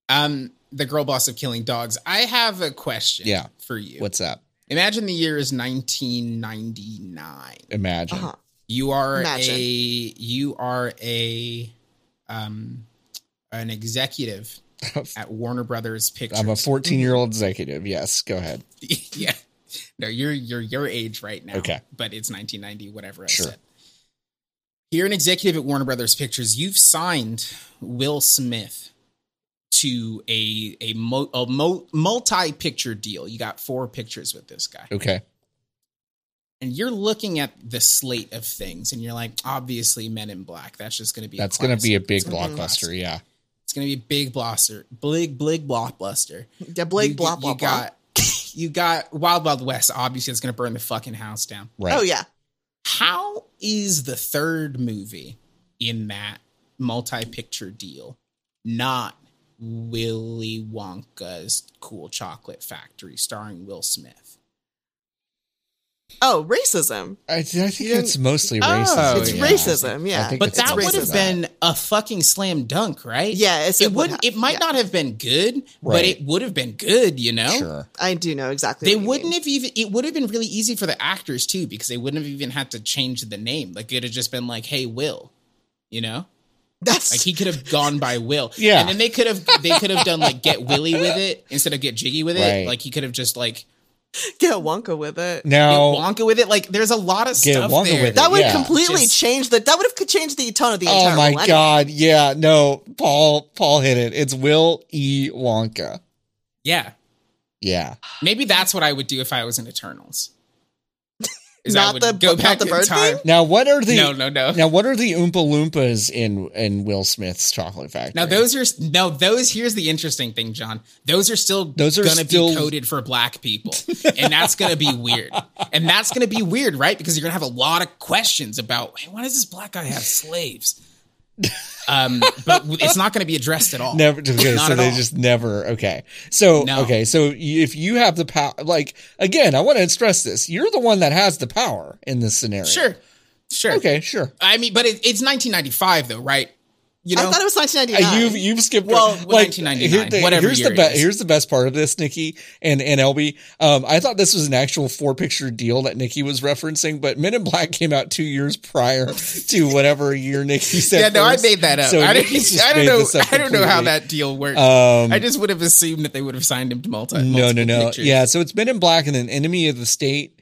Um, the girl boss of killing dogs. I have a question Yeah. for you. What's up? Imagine the year is 1999. Imagine. Uh-huh. You are Imagine. a you are a um an executive at Warner Brothers Pictures. I'm a 14-year-old executive. Yes, go ahead. yeah. No, you're you're your age right now. Okay. But it's 1990, whatever I Sure. said. You're an executive at Warner Brothers Pictures. You've signed Will Smith to a a, mo- a mo- multi picture deal. You got four pictures with this guy Okay. and you're looking at the slate of things and you're like obviously men in black that's just going to be a That's going to be a classic. big It's gonna be a classic. blockbuster, yeah. it's going to be a big blockbuster big big blockbuster Yeah, Blake, You- blah, blah, you blah. got you got wild wild west obviously it's going to burn the fucking house down Right. Oh, yeah. how is the third movie in that multi-picture deal not willy wonka's cool chocolate factory starring will smith Oh, racism. I, I think You it's mostly Oh, racism. It's yeah. racism, yeah. I think But it's that would racism. have been a fucking slam dunk, right? Yeah, it's- it would. ha- It might yeah. not have been good, but Right. it would have been good. You know, Sure. I do know exactly. they what you wouldn't mean. have even. It would have been really easy for the actors too, because they wouldn't have even had to change the name. Like it'd have just been like, "Hey, Will," you know. That's e- Like he could have gone by Will, Yeah. and then they could have they could have done like get Willy with it instead of get jiggy with Right. it. Like he could have just like get Wonka with it. get Now Wonka with it. Like there's a lot of Get stuff Wonka there. with it. That would Yeah. completely Just- change the. That would have changed the tone of the entire. Oh my millennium. god, yeah, no, Paul Paul hit it. It's Will E. Wonka. yeah, Yeah. Maybe that's what I would do if I was in Eternals. Is I Not would the- go not back the in bird time. Now what are the No, no, no. now what are the Oompa Loompas in in Will Smith's chocolate factory? Now those are now those. Here's the interesting thing, John. Those are still Those are gonna still- be coded for black people, and that's gonna be weird. And that's gonna be weird, right? Because you're gonna have a lot of questions about hey, why does this black guy have slaves? Um, but it's not gonna be addressed at all. never okay, Not so at they all. just never okay. So No. okay, so y- if you have the power like again, I want to stress this. You're the one that has the power in this scenario. Sure, sure. Okay, sure. I mean, but it, it's 1995 though, right? You know, I thought it was Uh, 1999. You've you've skipped. Well, over- 1999, the- whatever Here's year the it best. is. Here's the best part of this, Nikki and and LB. Um, I thought this was an actual four picture deal that Nikki was referencing, but Men in Black came out two years prior to whatever year Nikki said. Yeah, no, I first. made that up. So I, Nikki's didn't, just I don't made know. this up I don't know how completely. that deal worked. Um, I just would have assumed that they would have signed him to multi. No, no, multiple no. pictures. Yeah, so it's Men in Black and then Enemy of the State,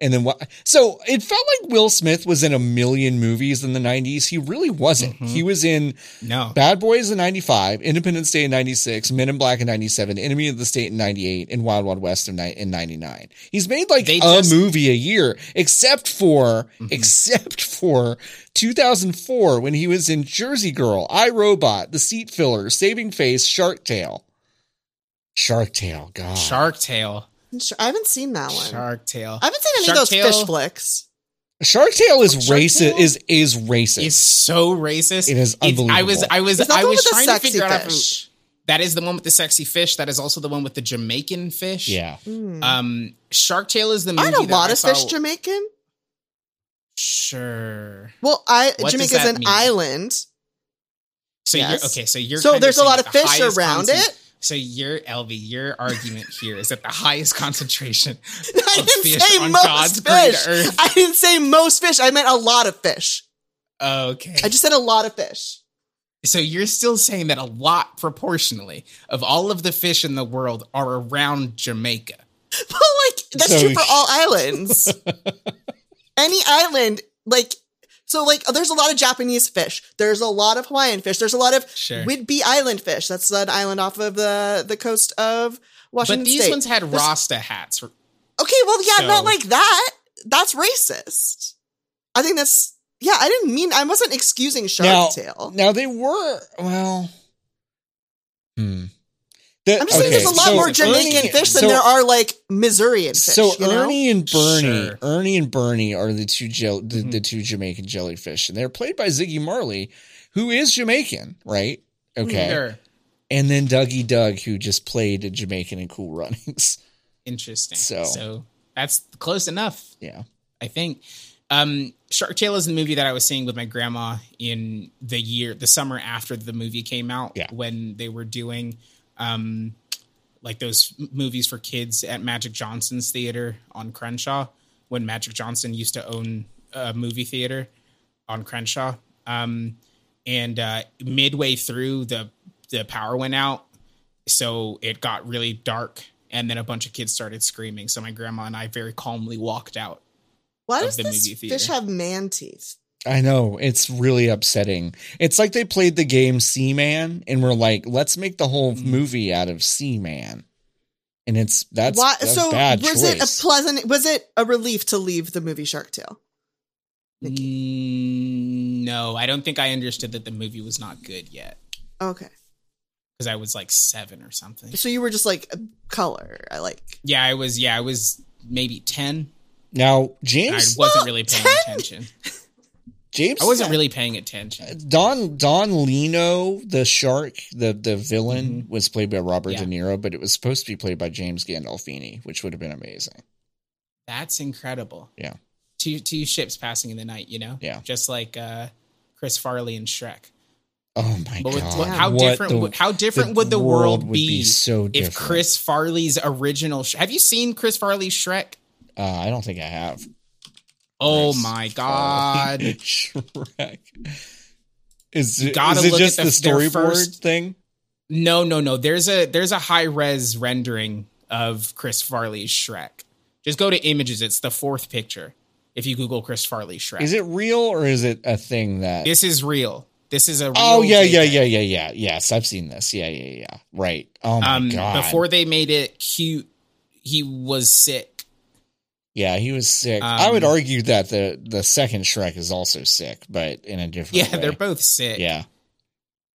and then what? So it felt like Will Smith was in a million movies in the '90s. He really wasn't. Mm-hmm. He was in no. Bad Boys in 95, Independence Day in 96, Men in Black in 97, Enemy of the State in 98, and Wild Wild West in, ni- in 99. He's made like They a just- Mm-hmm. movie a year, except for, except for 2004 when he was in Jersey Girl, I Robot, The Seat Filler, Saving Face, Shark Tale. Shark Tale, God. Shark Tale. Sure, I haven't seen that one. Shark Tale. I haven't seen any Shark of those Tale fish flicks. Shark Tale is Shark racist, Tale? is, is racist. Is so racist. It is It's- I was. unbelievable. I was. Is that I the one was with the trying to sexy figure out. If, fish? that is the one with the sexy fish. That is also the one with the Jamaican fish. yeah. Um, Shark Tale is the movie. Hmm. Aren't a that lot I of fish saw- Jamaican? Sure. Well, I What does Jamaica's that an mean? island. So Yes. you're okay. So you're So kind there's a saying lot that of the fish highest around concent- it? So your LV, your argument here is that the highest concentration I of didn't fish say on most God's green fish. earth. I didn't say most fish. I meant a lot of fish. Okay. I just said a lot of fish. So you're still saying that a lot proportionally of all of the fish in the world are around Jamaica. Well, like that's So- true for all islands. Any island, like so, like there's a lot of Japanese fish. There's a lot of Hawaiian fish. There's a lot of Sure. Whidbey Island fish. That's an island off of the the coast of Washington. but these State. ones had There's- Rasta hats. Okay, well, yeah, So- not like that. That's racist. I think that's yeah. I didn't mean. I wasn't excusing shark Now- tail. Now they were well. Hmm. The- I'm just saying there's a lot so more Ernie- Jamaican fish than so- there are like Missourian fish. So you know? Ernie and Bernie, Sure. Ernie and Bernie are the two jell the, the Mhm. two Jamaican jellyfish, and they're played by Ziggy Marley, who is Jamaican, right? Okay, Sure. and then Dougie Doug, who just played a Jamaican in Cool Runnings. Interesting. So- So. that's close enough, Yeah, I think. Um, Shark Tale is the movie that I was seeing with my grandma in the year, the summer after the movie came out, Yeah. when they were doing um, like those m- movies for kids at Magic Johnson's Theater on Crenshaw, when Magic Johnson used to own a movie theater on Crenshaw. Um, and uh, midway through, the the power went out, so it got really dark, and then a bunch of kids started screaming. So my grandma and I very calmly walked out. Why of does the this movie theater. fish have man teeth? I know it's really upsetting. It's like they played the game Seaman, and we're like, let's make the whole Mm. movie out of Seaman, and it's that's, Why? that's so bad choice. was it a pleasant? Was it a relief to leave the movie Shark Tale? Mm, no, I don't think I understood that the movie was not good yet Mm. Okay, because I was like seven or something. so you were just like color. I like. Yeah, I was. Yeah, I was maybe ten. now and I James? wasn't really paying 10? attention. James? I wasn't really paying attention. Don Don Lino, the shark, the the villain, was played by Robert Mm-hmm. Yeah. De Niro, but it was supposed to be played by James Gandolfini, which would have been amazing. That's incredible. Yeah. Two two ships passing in the night. You know. Yeah. Just like uh, Chris Farley and Shrek. Oh my But with, god! what- how What different? the- would how different the would the world world, would be, be so different. if Chris Farley's original? Sh- Have you seen Chris Farley's Shrek? uh, I don't think I have. Oh Chris my god! Shrek. Is, it- gotta is it look just the, at the- their storyboard first- thing? No, no, no. There's a there's a high res rendering of Chris Farley's Shrek. Just go to images. It's the fourth picture. If you Google Chris Farley Shrek, Is it real or is it a thing that? This is real. This is a. Real oh yeah, yeah, JPEG. yeah, yeah, yeah. Yes, I've seen this. Yeah, yeah, yeah. Right. Oh my Um, god. before they made it cute, he was sick. Yeah, he was sick. I would Um, argue that the the second Shrek is also sick, but in a different Yeah, way. they're both sick. yeah.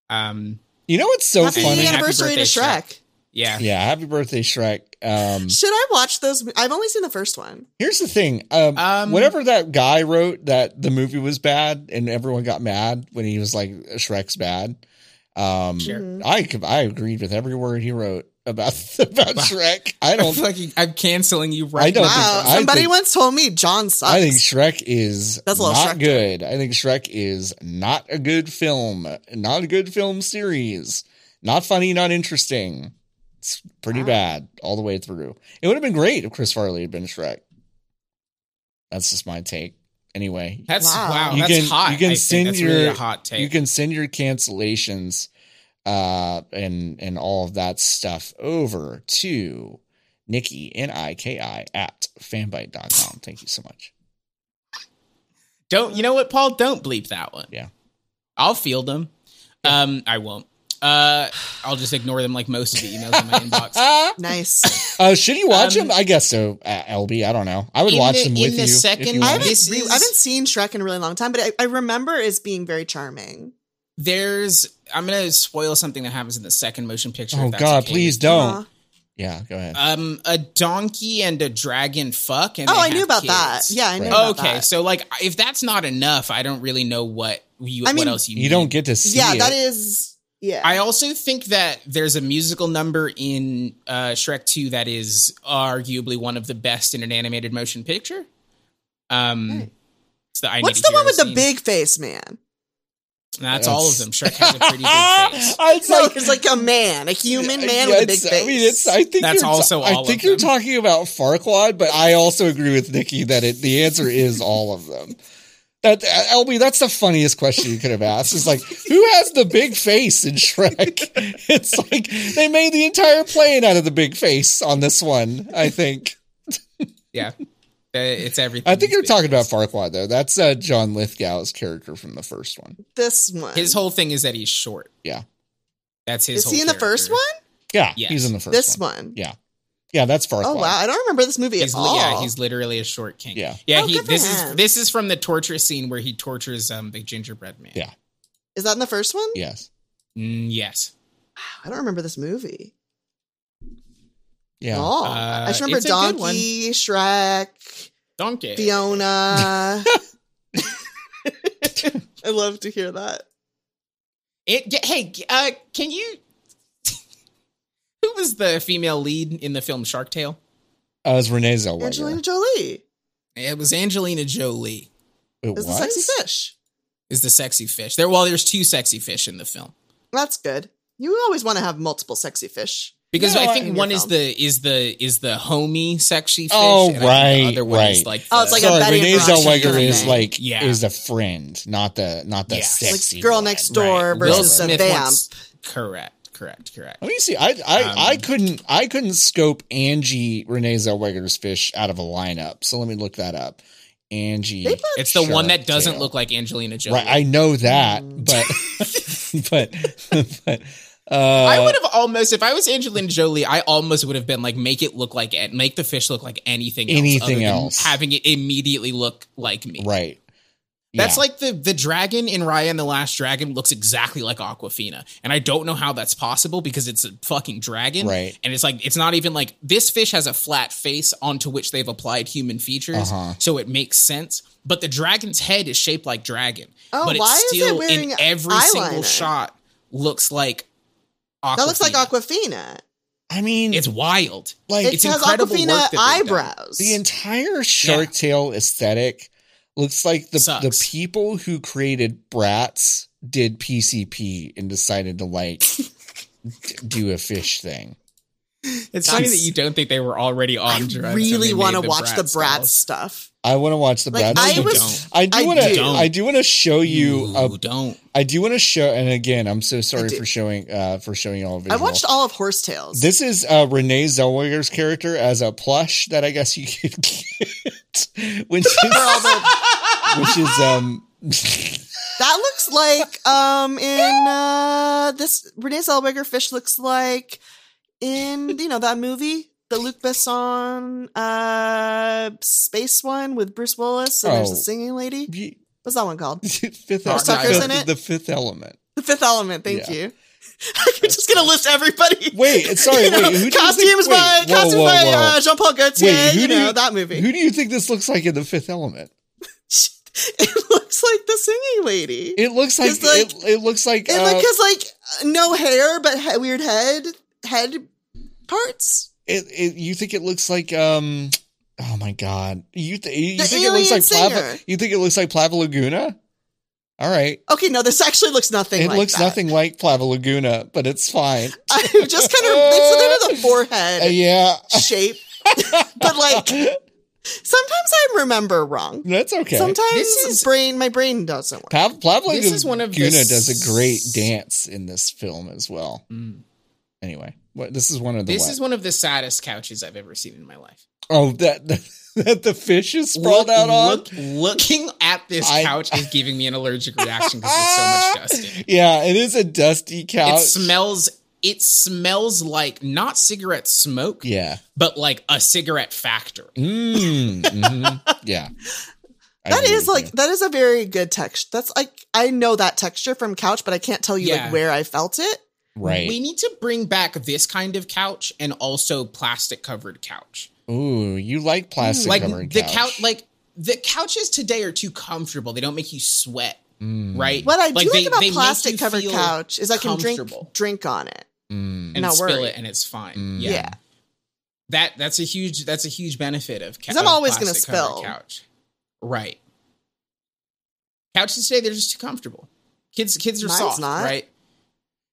Um, You know what's so Happy funny? Happy anniversary to birthday, Shrek. Mm. Shrek. yeah. yeah, happy birthday, Shrek. Um, Should I watch those? I've only seen the first one. here's the thing: um, Um, whatever that guy wrote that the movie was bad and everyone got mad when he was like Shrek's bad. Um, Sure. Mm-hmm. I could- I agreed with every word he wrote about about Shrek. I I'm don't. fucking. I'm canceling you right don't now. think- Wow, I somebody think- once told me John sucks. I think Shrek is That's a little not Shrek good. I think Shrek is not a good film, not a good film series. Not funny, not interesting. It's pretty bad all the way through. It would have been great if Chris Farley had been Shrek. That's just my take. Anyway, That's Wow. wow. You that's can- hot. you can I think send that's really your- a hot take. you can send your cancellations uh and and all of that stuff over to Nikki N I K I at fanbite.com. Thank you so much. Don't you know what, Paul? Don't bleep that one. Yeah. I'll field them. Um, I won't. Uh, I'll just ignore them like most of the emails in my inbox. nice. Uh, should you watch Um, him? I guess so. Uh, LB, I don't know. I would In watch the- him in with the you. if second- you I I want. haven't, This re- I is- haven't seen Shrek in a really long time, but I, I remember as being very charming. There's. I'm gonna spoil something that happens in the second motion picture. if oh that's God, okay. please don't. Uh-huh. Aw. yeah, go ahead. Um, a donkey and a dragon fuck. And Oh, they I knew have about that. kids. Yeah, I knew Right. about Okay, that. so like, if that's not enough, I don't really know what you. I mean, what else you? you don't need. get to see. yeah, that it. is. Yeah. I also think that there's a musical number in uh, Shrek 2 that is arguably one of the best in an animated motion picture. Um, Right. it's the I Need What's a the one Hero with the scene. big face man? That's all of them. Shrek has a pretty big face. it's No, it's like a man, a human man Yeah, with a big it's- face. I mean, it's. I think That's you're also all I of think you're them. talking about Farquaad, but I also agree with Nikki that it, the answer is all of them. That LB, that's the funniest question you could have asked. Is like, who has the big face in Shrek? It's like they made the entire plane out of the big face on this one. I think. Yeah, Uh, it's everything. I think you're He's big. talking about Farquaad though. That's uh, John Lithgow's character from the first one. this one. His whole thing is that he's short. Yeah, That's his. is he in whole the first character. one? yeah, Yes. he's in the first. this one. one. Yeah, yeah, that's Farquaad. Oh wow, I don't remember this movie He's, at all. yeah, he's literally a short king. Yeah. yeah. Oh, he, good for this him. is this is from the torture scene where he tortures um the gingerbread man. Yeah. is that in the first one? Yes. Mm, yes. I don't remember this movie Yeah. at all. Uh, I just remember it's a good Donkey, Shrek, Donkey. Fiona. I love to hear that. It, g- hey, g- uh, can you? Who was the female lead in the film Shark Tale? Uh, it was Renee Zellweger. Angelina Jolie It was Angelina Jolie. It is was a sexy fish. Is the sexy fish there? Well, there's two sexy fish in the film That's good. You always want to have multiple sexy fish. because No, I I- think in one your is uh, film. the is the is the homie sexy fish. Oh, and I think right, the other one is right. like Oh, it's the- like a Sorry, Betty and Renee Rocky kind Zellweger of is thing. like Yeah. is a friend, not the not the Yeah. Like sexy like girl one. next door Will versus a Smith vamp. wants- correct, correct, correct. Let me see. I I, Um, I couldn't I couldn't scope Angie Renee Zellweger's fish out of a lineup. So let me look that up. Angie, They put- It's the one that Shark doesn't Tale. look like Angelina Jolie. right. I know that, Mm. but but but uh, I would have almost, if I was Angelina Jolie, I almost would have been like, make it look like, make the fish look like anything, else Anything other than else. having it immediately look like me. right. That's Yeah. like the the dragon in Raya and the Last Dragon looks exactly like Aquafina, and I don't know how that's possible because it's a fucking dragon, Right. And it's like it's not even like this fish has a flat face onto which they've applied human features, Uh-huh. so it makes sense. But the dragon's head is shaped like dragon, Oh, but why is it it's still wearing in every single eyeliner? shot looks like Aquafina. That looks like Aquafina. I mean, It's wild. Mm. like It It's has incredible Aquafina work that they've done. eyebrows. The entire Shark Tale aesthetic looks like the Sucks. the people who created Bratz did PCP and decided to like d- do a fish thing. It's That's- funny that you don't think they were already on. drugs I when really they want to made watch the Bratz dolls. stuff. I want to watch the Like Bratz. I you thing. was, I do I want to. do. I do want to show you. Ooh, A, don't. I do want to show. And again, I'm so sorry do. for showing. Uh, for showing all I visual. watched all of Horse Tales. This is uh, Renee Zellweger's character as a plush that I guess you could get, which is which is um that looks like um in uh this Renee Zellweger fish looks like in you know that movie the Luc Besson uh space one with Bruce Willis and there's Oh. a singing lady. ye- What's that one called? fifth Are element. suckers in it? The fifth element. The Fifth Element. Thank Yeah. you. You're just gonna list everybody. Wait, sorry, You know, wait, who do you costumes think- by wait, whoa, costumes whoa, by whoa. uh, Jean Paul Gaultier. Wait, who you do know you- that movie. Who do you think this looks like in the fifth element? it looks like the singing lady. It looks like, It's like- it, it looks like, And uh, like, cause like no hair, but he- weird head head parts. it, it, you think it looks like um oh my god. You, th- you The think it looks alien like Plava, singer. you think it looks like Plava Laguna? All right. Okay, no, this actually looks nothing. It like looks that. nothing like Plava Laguna, but it's fine. I'm just kind of they so they do the Uh, forehead yeah. shape, but like sometimes I remember wrong. That's okay. Sometimes This is- brain my brain doesn't work. Pav- Plava This is one of the Laguna s- does a great dance in this film as well. Mm. Anyway, what this is one of the This what? is one of the saddest couches I've ever seen in my life. Oh, that that the fish is sprawled Look- out on. look- looking at this I- couch is giving me an allergic reaction because there's so much dust in it. Yeah, it is a dusty couch. It smells. It smells like not cigarette smoke, Yeah. but like a cigarette factory. Mm, mhm. Yeah. I That agree is with like you. that is a very good texture. That's like I know that texture from couch, but I can't tell you Yeah. like where I felt it. right. We need to bring back this kind of couch and also plastic covered couch. Ooh, you like plastic like covered the couch. couch, like the couches today are too comfortable. They don't make you sweat, Mm, right? What I do like they- about they make you plastic covered feel couch is I can drink comfortable. drink on it. mm. and not spill worry. it, and it's fine. Mm. Yeah. Yeah. that that's a huge that's a huge benefit of couch. 'Cause I'm always gonna spill. couch, right? Couches today they're just too comfortable. Kids, kids are Mine's soft, not. right?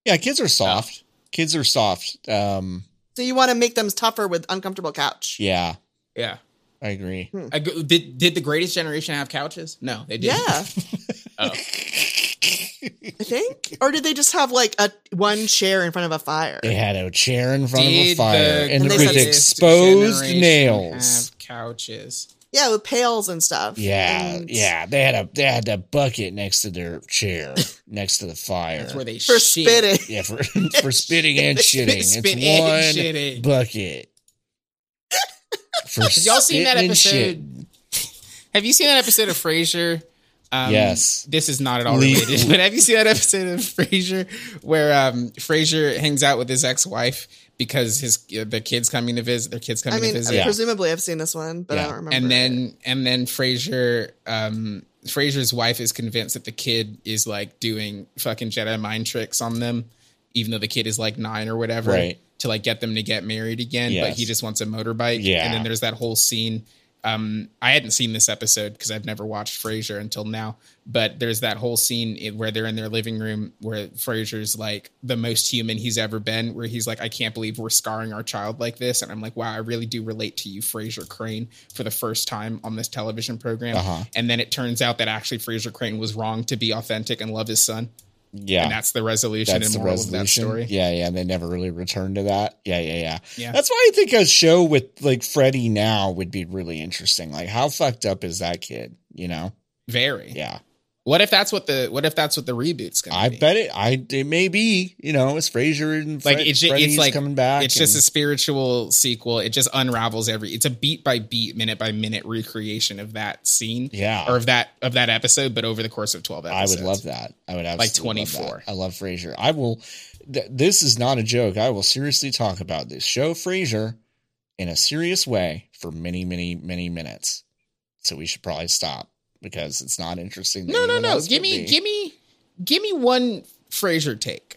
Yeah, kids are soft. Kids are soft. Um, So you want to make them tougher with uncomfortable couch. yeah, Yeah. I agree. Hmm. I go- did did the Greatest Generation have couches? No, they Yeah. didn't. Oh. I think. Or did they just have like a one chair in front of a fire? They had a chair in front of a Did fire the and And they with said- exposed Generation nails. Have couches. Yeah, with pails and stuff. Yeah, And yeah. They had a they had that bucket next to their chair, next to the fire. That's where they For shit. spitting. yeah, for, for spitting and Spit- shitting. spitting it's one and shitting. bucket. For Have y'all seen that spitting and episode? Have you seen that episode of Frasier? Um, Yes. This is not at all Leave- related, but have you seen that episode of Frasier where um, Frasier hangs out with his ex-wife because his uh, the kids coming to visit, their kids coming I mean, to visit, Yeah. presumably I've seen this one, but Yeah. I don't remember. and it. then and then Frasier, um, Frasier's wife is convinced that the kid is like doing fucking Jedi mind tricks on them, even though the kid is like nine or whatever, Right. to like get them to get married again. But he Yes. just wants a motorbike. Yeah. and then there's that whole scene. Um, I hadn't seen this episode because I've never watched Frasier until now. But there's that whole scene in- where they're in their living room where Frasier's like the most human he's ever been, where he's like, "I can't believe we're scarring our child like this," and I'm like, "Wow, I really do relate to you, Frasier Crane, for the first time on this television program." Uh-huh. And then it turns out that actually Frasier Crane was wrong to be authentic and love his son, Yeah, and that's the resolution Ah. that's and the moral of that resolution. story. Yeah, yeah. And they never really returned to that. Yeah, yeah, yeah, Yeah. That's why I think a show with like Freddie now would be really interesting. Like, how fucked up is that kid? You know? Very. Yeah. What if that's what the What if that's what the reboot's gonna I be? bet it. I it may be. You know, it's Frasier and Fre- like it's ju- Freddie's it's like coming back. It's just a and- spiritual sequel. It just unravels every. It's a beat by beat, minute by minute recreation of that scene. Yeah. or of that of that episode, but over the course of twelve I episodes. would love that. I would absolutely Like Love 24. that. I love Frasier. I will. Th- this is not a joke. I will seriously talk about this show Frasier in a serious way for many, many, many minutes. So we should probably stop because it's not interesting. to No, no, anyone no. else Give but me, give me, give me one Frasier take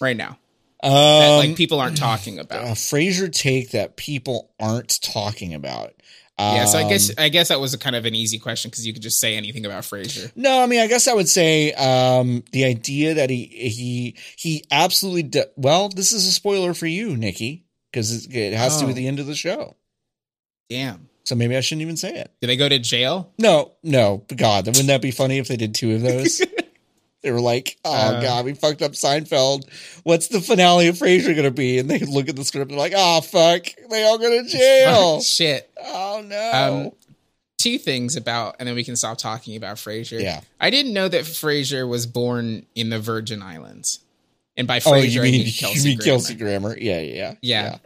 right now Um, that like people aren't talking about. a Frasier take that people aren't talking about. yeah, so I guess Um, I guess that was a kind of an easy question because you could just say anything about Frasier. No, I mean, I guess I would say um, the idea that he he he absolutely de- well. This is a spoiler for you, Nikki, because it, it has to do with Oh. the end of the show. Damn. So maybe I shouldn't even say it. Do they go to jail? No, no, God, wouldn't that be funny if they did two of those? they were like, "Oh Uh. God, we fucked up Seinfeld. What's the finale of Frasier going to be?" And they look at the script and they're like, "Oh fuck, they all go to jail." Shit. oh no. Um, two things about, and then we can stop talking about Frasier. Yeah. I didn't know that Frasier was born in the Virgin Islands, and by oh, Frasier, you I mean mean Kelsey. you mean Grammer. Kelsey Grammer? Yeah, yeah, Yeah.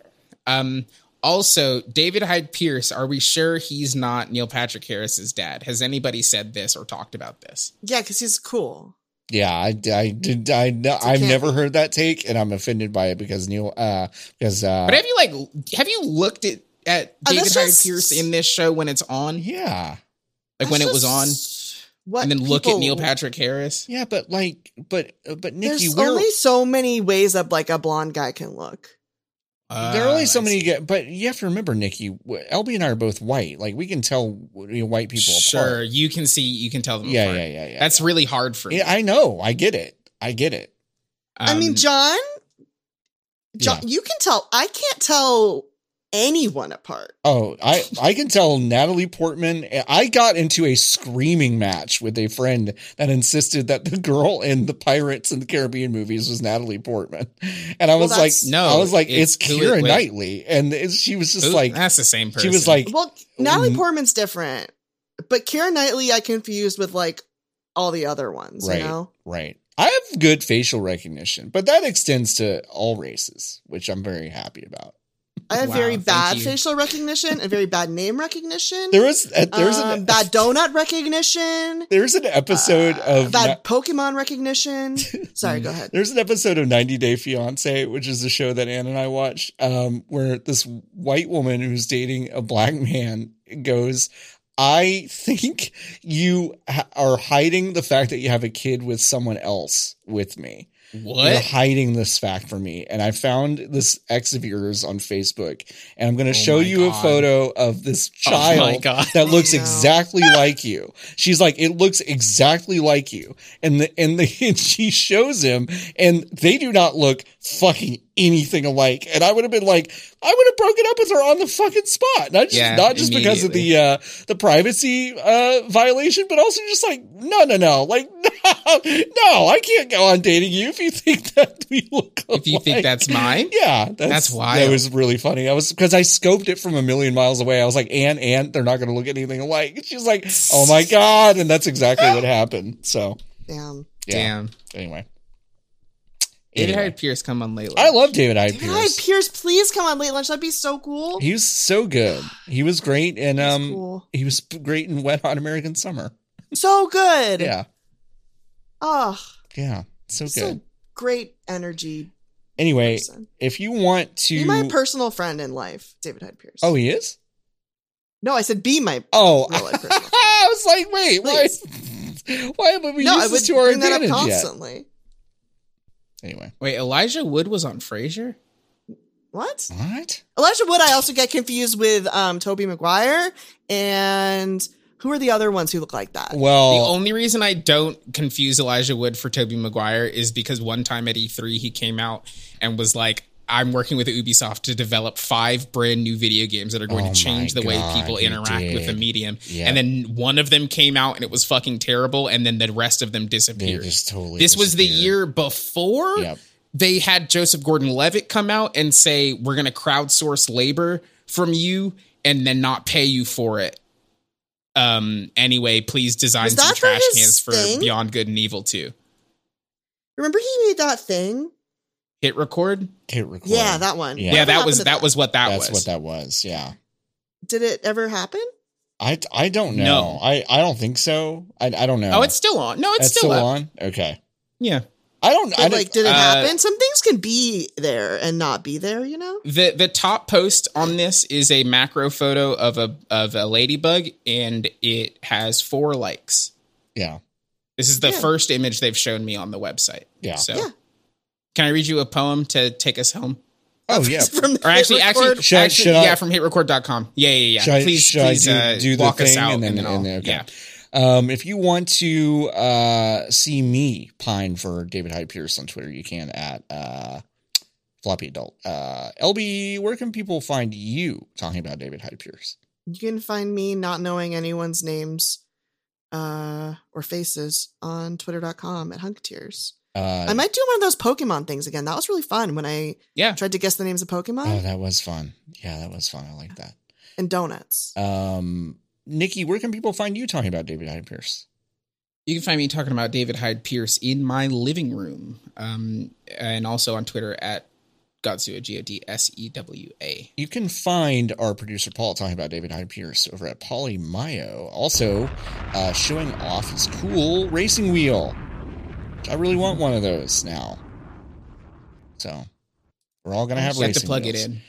Um, also, David Hyde Pierce. Are we sure he's not Neil Patrick Harris's dad? Has anybody said this or talked about this? yeah, because he's cool. Yeah, I, I did. I know. I've can't never be. heard that take, and I'm offended by it because Neil. Uh, because uh, But have you like have you looked at at Oh, David that's Hyde just- Pierce in this show when it's on, yeah, like when it That's was on, just What and then look at people- Neil Patrick Harris? yeah, but like, but uh, but Nikki, There's we're only so many ways that like a blonde guy can look. there are only so Uh, many. Get, but you have to remember, Nikki, w- LB and I are both white. Like we can tell you know, white people Sure, apart. you can see, you can tell them. Yeah, apart. yeah, yeah, yeah. That's really hard for me. yeah, I know. I get it. I get it. I mean, Um, John, John, Yeah. you can tell. I can't tell anyone apart. Oh, I I can tell Natalie Portman. I got into a screaming match with a friend that insisted that the girl in the Pirates and the Caribbean movies was Natalie Portman, and I Well, was like, that's- No, I was like, it's, it's who it- Kira wait. Knightley, and it- she was just who- like, that's the same person. she was like, Well, Natalie Mm. Portman's different, but Kira Knightley I confused with like all the other ones. Right. You know, right. I have good facial recognition, but that extends to all races, which I'm very happy about. I have Wow, very thank bad you. facial recognition and very bad name recognition. There was uh, there was um, an bad donut recognition. there's an episode uh, of bad Na- Pokemon recognition. Sorry, go ahead. There's an episode of 90 Day Fiance, which is a show that Ann and I watch, um, where this white woman who's dating a black man goes, I think you ha- are hiding the fact that you have a kid with someone else with me. You're What? hiding this fact from me. And I found this ex of yours on Facebook. And I'm going to Oh show my you a God. Oh photo of this my child God. that looks No. exactly like you. She's like, it looks exactly like you. And the, and the, and she shows him and they do not look fucking anything alike. And I would have been like, I would have broken up with her on the fucking spot. Not just, Yeah, not just because of the, immediately. uh, the privacy, uh, violation, but also just like, no, no, no. Like, no, no, I can't go on dating you if you think that we look alike. If you think that's mine, Yeah, that's, That's That wild. was really funny. I was because I scoped it from a million miles away. I was like, "And and they're not going to look at anything alike." She's like, "Oh my god!" And that's exactly what happened. So Damn. yeah. damn. Anyway, David Anyway. Hyde Pierce come on lately. I love David Hyde David Hyde Pierce. Pierce, please come on late lunch. That'd be so cool. He was so good. He was great, and He's um, cool. he was great in Wet Hot American Summer. So good. Yeah, Oh, yeah, so good. so great energy. anyway, person. if you want to, Be my personal friend in life, David Hyde Pierce. oh, he is. no, I said be my Oh, real life personal. friend. I was like, wait, why? Why would we no, I use would this to our bring that up advantage yet? constantly. Anyway, Wait, Elijah Wood was on Frasier? What? what? Elijah Wood, I also get confused with um Toby Maguire and who are the other ones who look like that? The Well, only reason I don't confuse Elijah Wood for Toby Maguire is because one time at E3 he came out and was like, I'm working with Ubisoft to develop five brand new video games that are going Oh to change my the way God, people he interact with the did. medium. Yeah. And then one of them came out and it was fucking terrible, and then the rest of them they disappeared. just totally. this was the disappeared. year before Yep. they had Joseph Gordon Levitt come out and say, We're going to crowdsource labor from you and then not pay you for it. Um, anyway, please design Was some that for trash his cans for thing? Beyond Good and Evil 2. Remember he made that thing? Hit record? Hit record. Yeah, that one. Yeah. Yeah, What that happened was to that, was what that that's was. what that was. Yeah. Did it ever happen? I I don't know. No. I I don't think so. I I don't know. Oh, it's still on. No, it's That's still, up. on. Okay. Yeah. I don't. I But, like, like. did it uh, happen? Some things can be there and not be there, you know? The the top post on this is a macro photo of a of a ladybug and it has four likes. Yeah. This is the Yeah. first image they've shown me on the website. Yeah. So Yeah. can I read you a poem to take us home? Oh yeah. From the Or actually, record. actually, Should I- actually should I- yeah, from hitrecord.com. Yeah, yeah, yeah. Should I- please, should I please do- uh, do the walk us thing out and then- I'll- and then- okay. Yeah. Um, if you want to uh, see me pine for David Hyde Pierce on Twitter, you can at uh, Floppy Adult. Uh, LB, where can people find you talking about David Hyde Pierce? You can find me not knowing anyone's names uh or faces on twitter.com at hunktears. Uh, I might do one of those Pokemon things again. That was really fun when I Yeah. tried to guess the names of Pokemon oh, that was fun. Yeah, that was fun. I like that. and donuts. Um, Nikki, where can people find you talking about David Hyde Pierce? You can find me talking about David Hyde Pierce in my living room um, and also on Twitter at Godsua, G O D S E W A. You can find our producer Paul talking about David Hyde Pierce over at Polly Mayo. Also, uh, showing off his cool racing wheel. I really want one of those now. So we're all gonna have. You have to racing plug wheels. it in.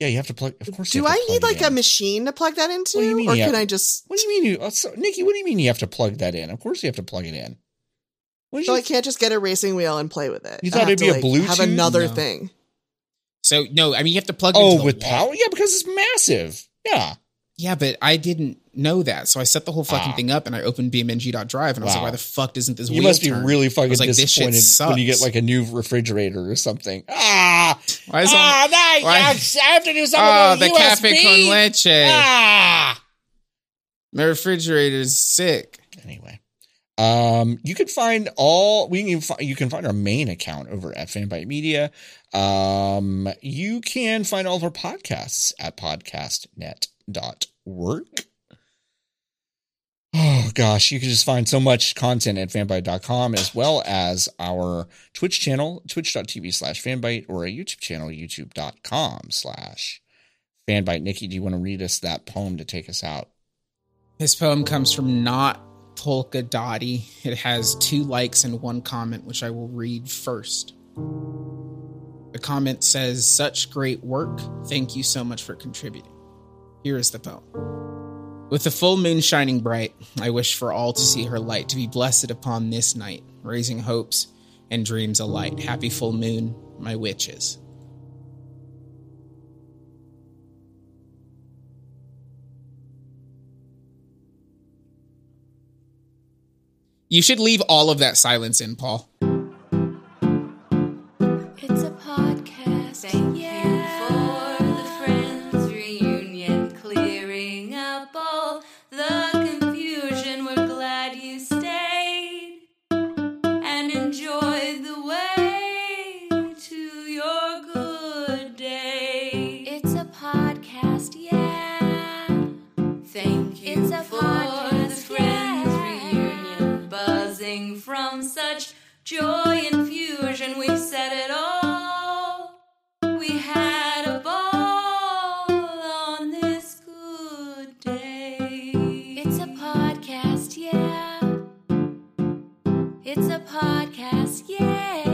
Yeah, you have to plug. Of course. you Do have I to need plug like it a in. machine to plug that into? What do you mean or you can have- I just What do you mean you, uh, so, Nikki? What do you mean you have to plug that in? Of course you have to plug it in. What did so you I can't just get a racing wheel and play with it. You I thought have it'd to, be a like, Have Bluetooth? another No. thing. So, no, I mean, you have to plug it into Oh, the with wall. power? Yeah, because it's massive. Yeah. Yeah, but I didn't know that. So I set the whole fucking Ah. thing up and I opened BMNG.drive and I was Wow. like, why the fuck doesn't this You wheel must be turn? really I fucking was like, this shit disappointed when you get sucks. like a new refrigerator or something. Ah, Why is ah, that- no, why- I have to do Oh, something the with the USB. cafe con leche. ah. My refrigerator's sick. Anyway, um, you can find all we can. Find, you can find our main account over at Fanbyte Media. Um, you can find all of our podcasts at podcastnet.work. Oh gosh, you can just find so much content at fanbite.com as well as our Twitch channel, twitch.tv slash fanbite, or a YouTube channel, youtube.com slash fanbite. Nikki, do you want to read us that poem to take us out? This poem comes from Not Polka Dotty. It has two likes and one comment, which I will read first. The comment says, Such great work. Thank you so much for contributing. Here is the poem. With the full moon shining bright, I wish for all to see her light to be blessed upon this night, raising hopes, and dreams alight. Happy full moon, my witches. You should leave all of that silence in, Paul. It's a podcast. Thank yeah. you for the friends reunion, clearing up all the confusion. We're glad you stayed and enjoyed the way to your good day. It's a podcast. Yeah. Thank you It's a for podcast, the friends yeah. reunion, buzzing from such joy infusion. We've said it all. We had a ball on this good day. It's a podcast. Yeah. It's a podcast. Yeah.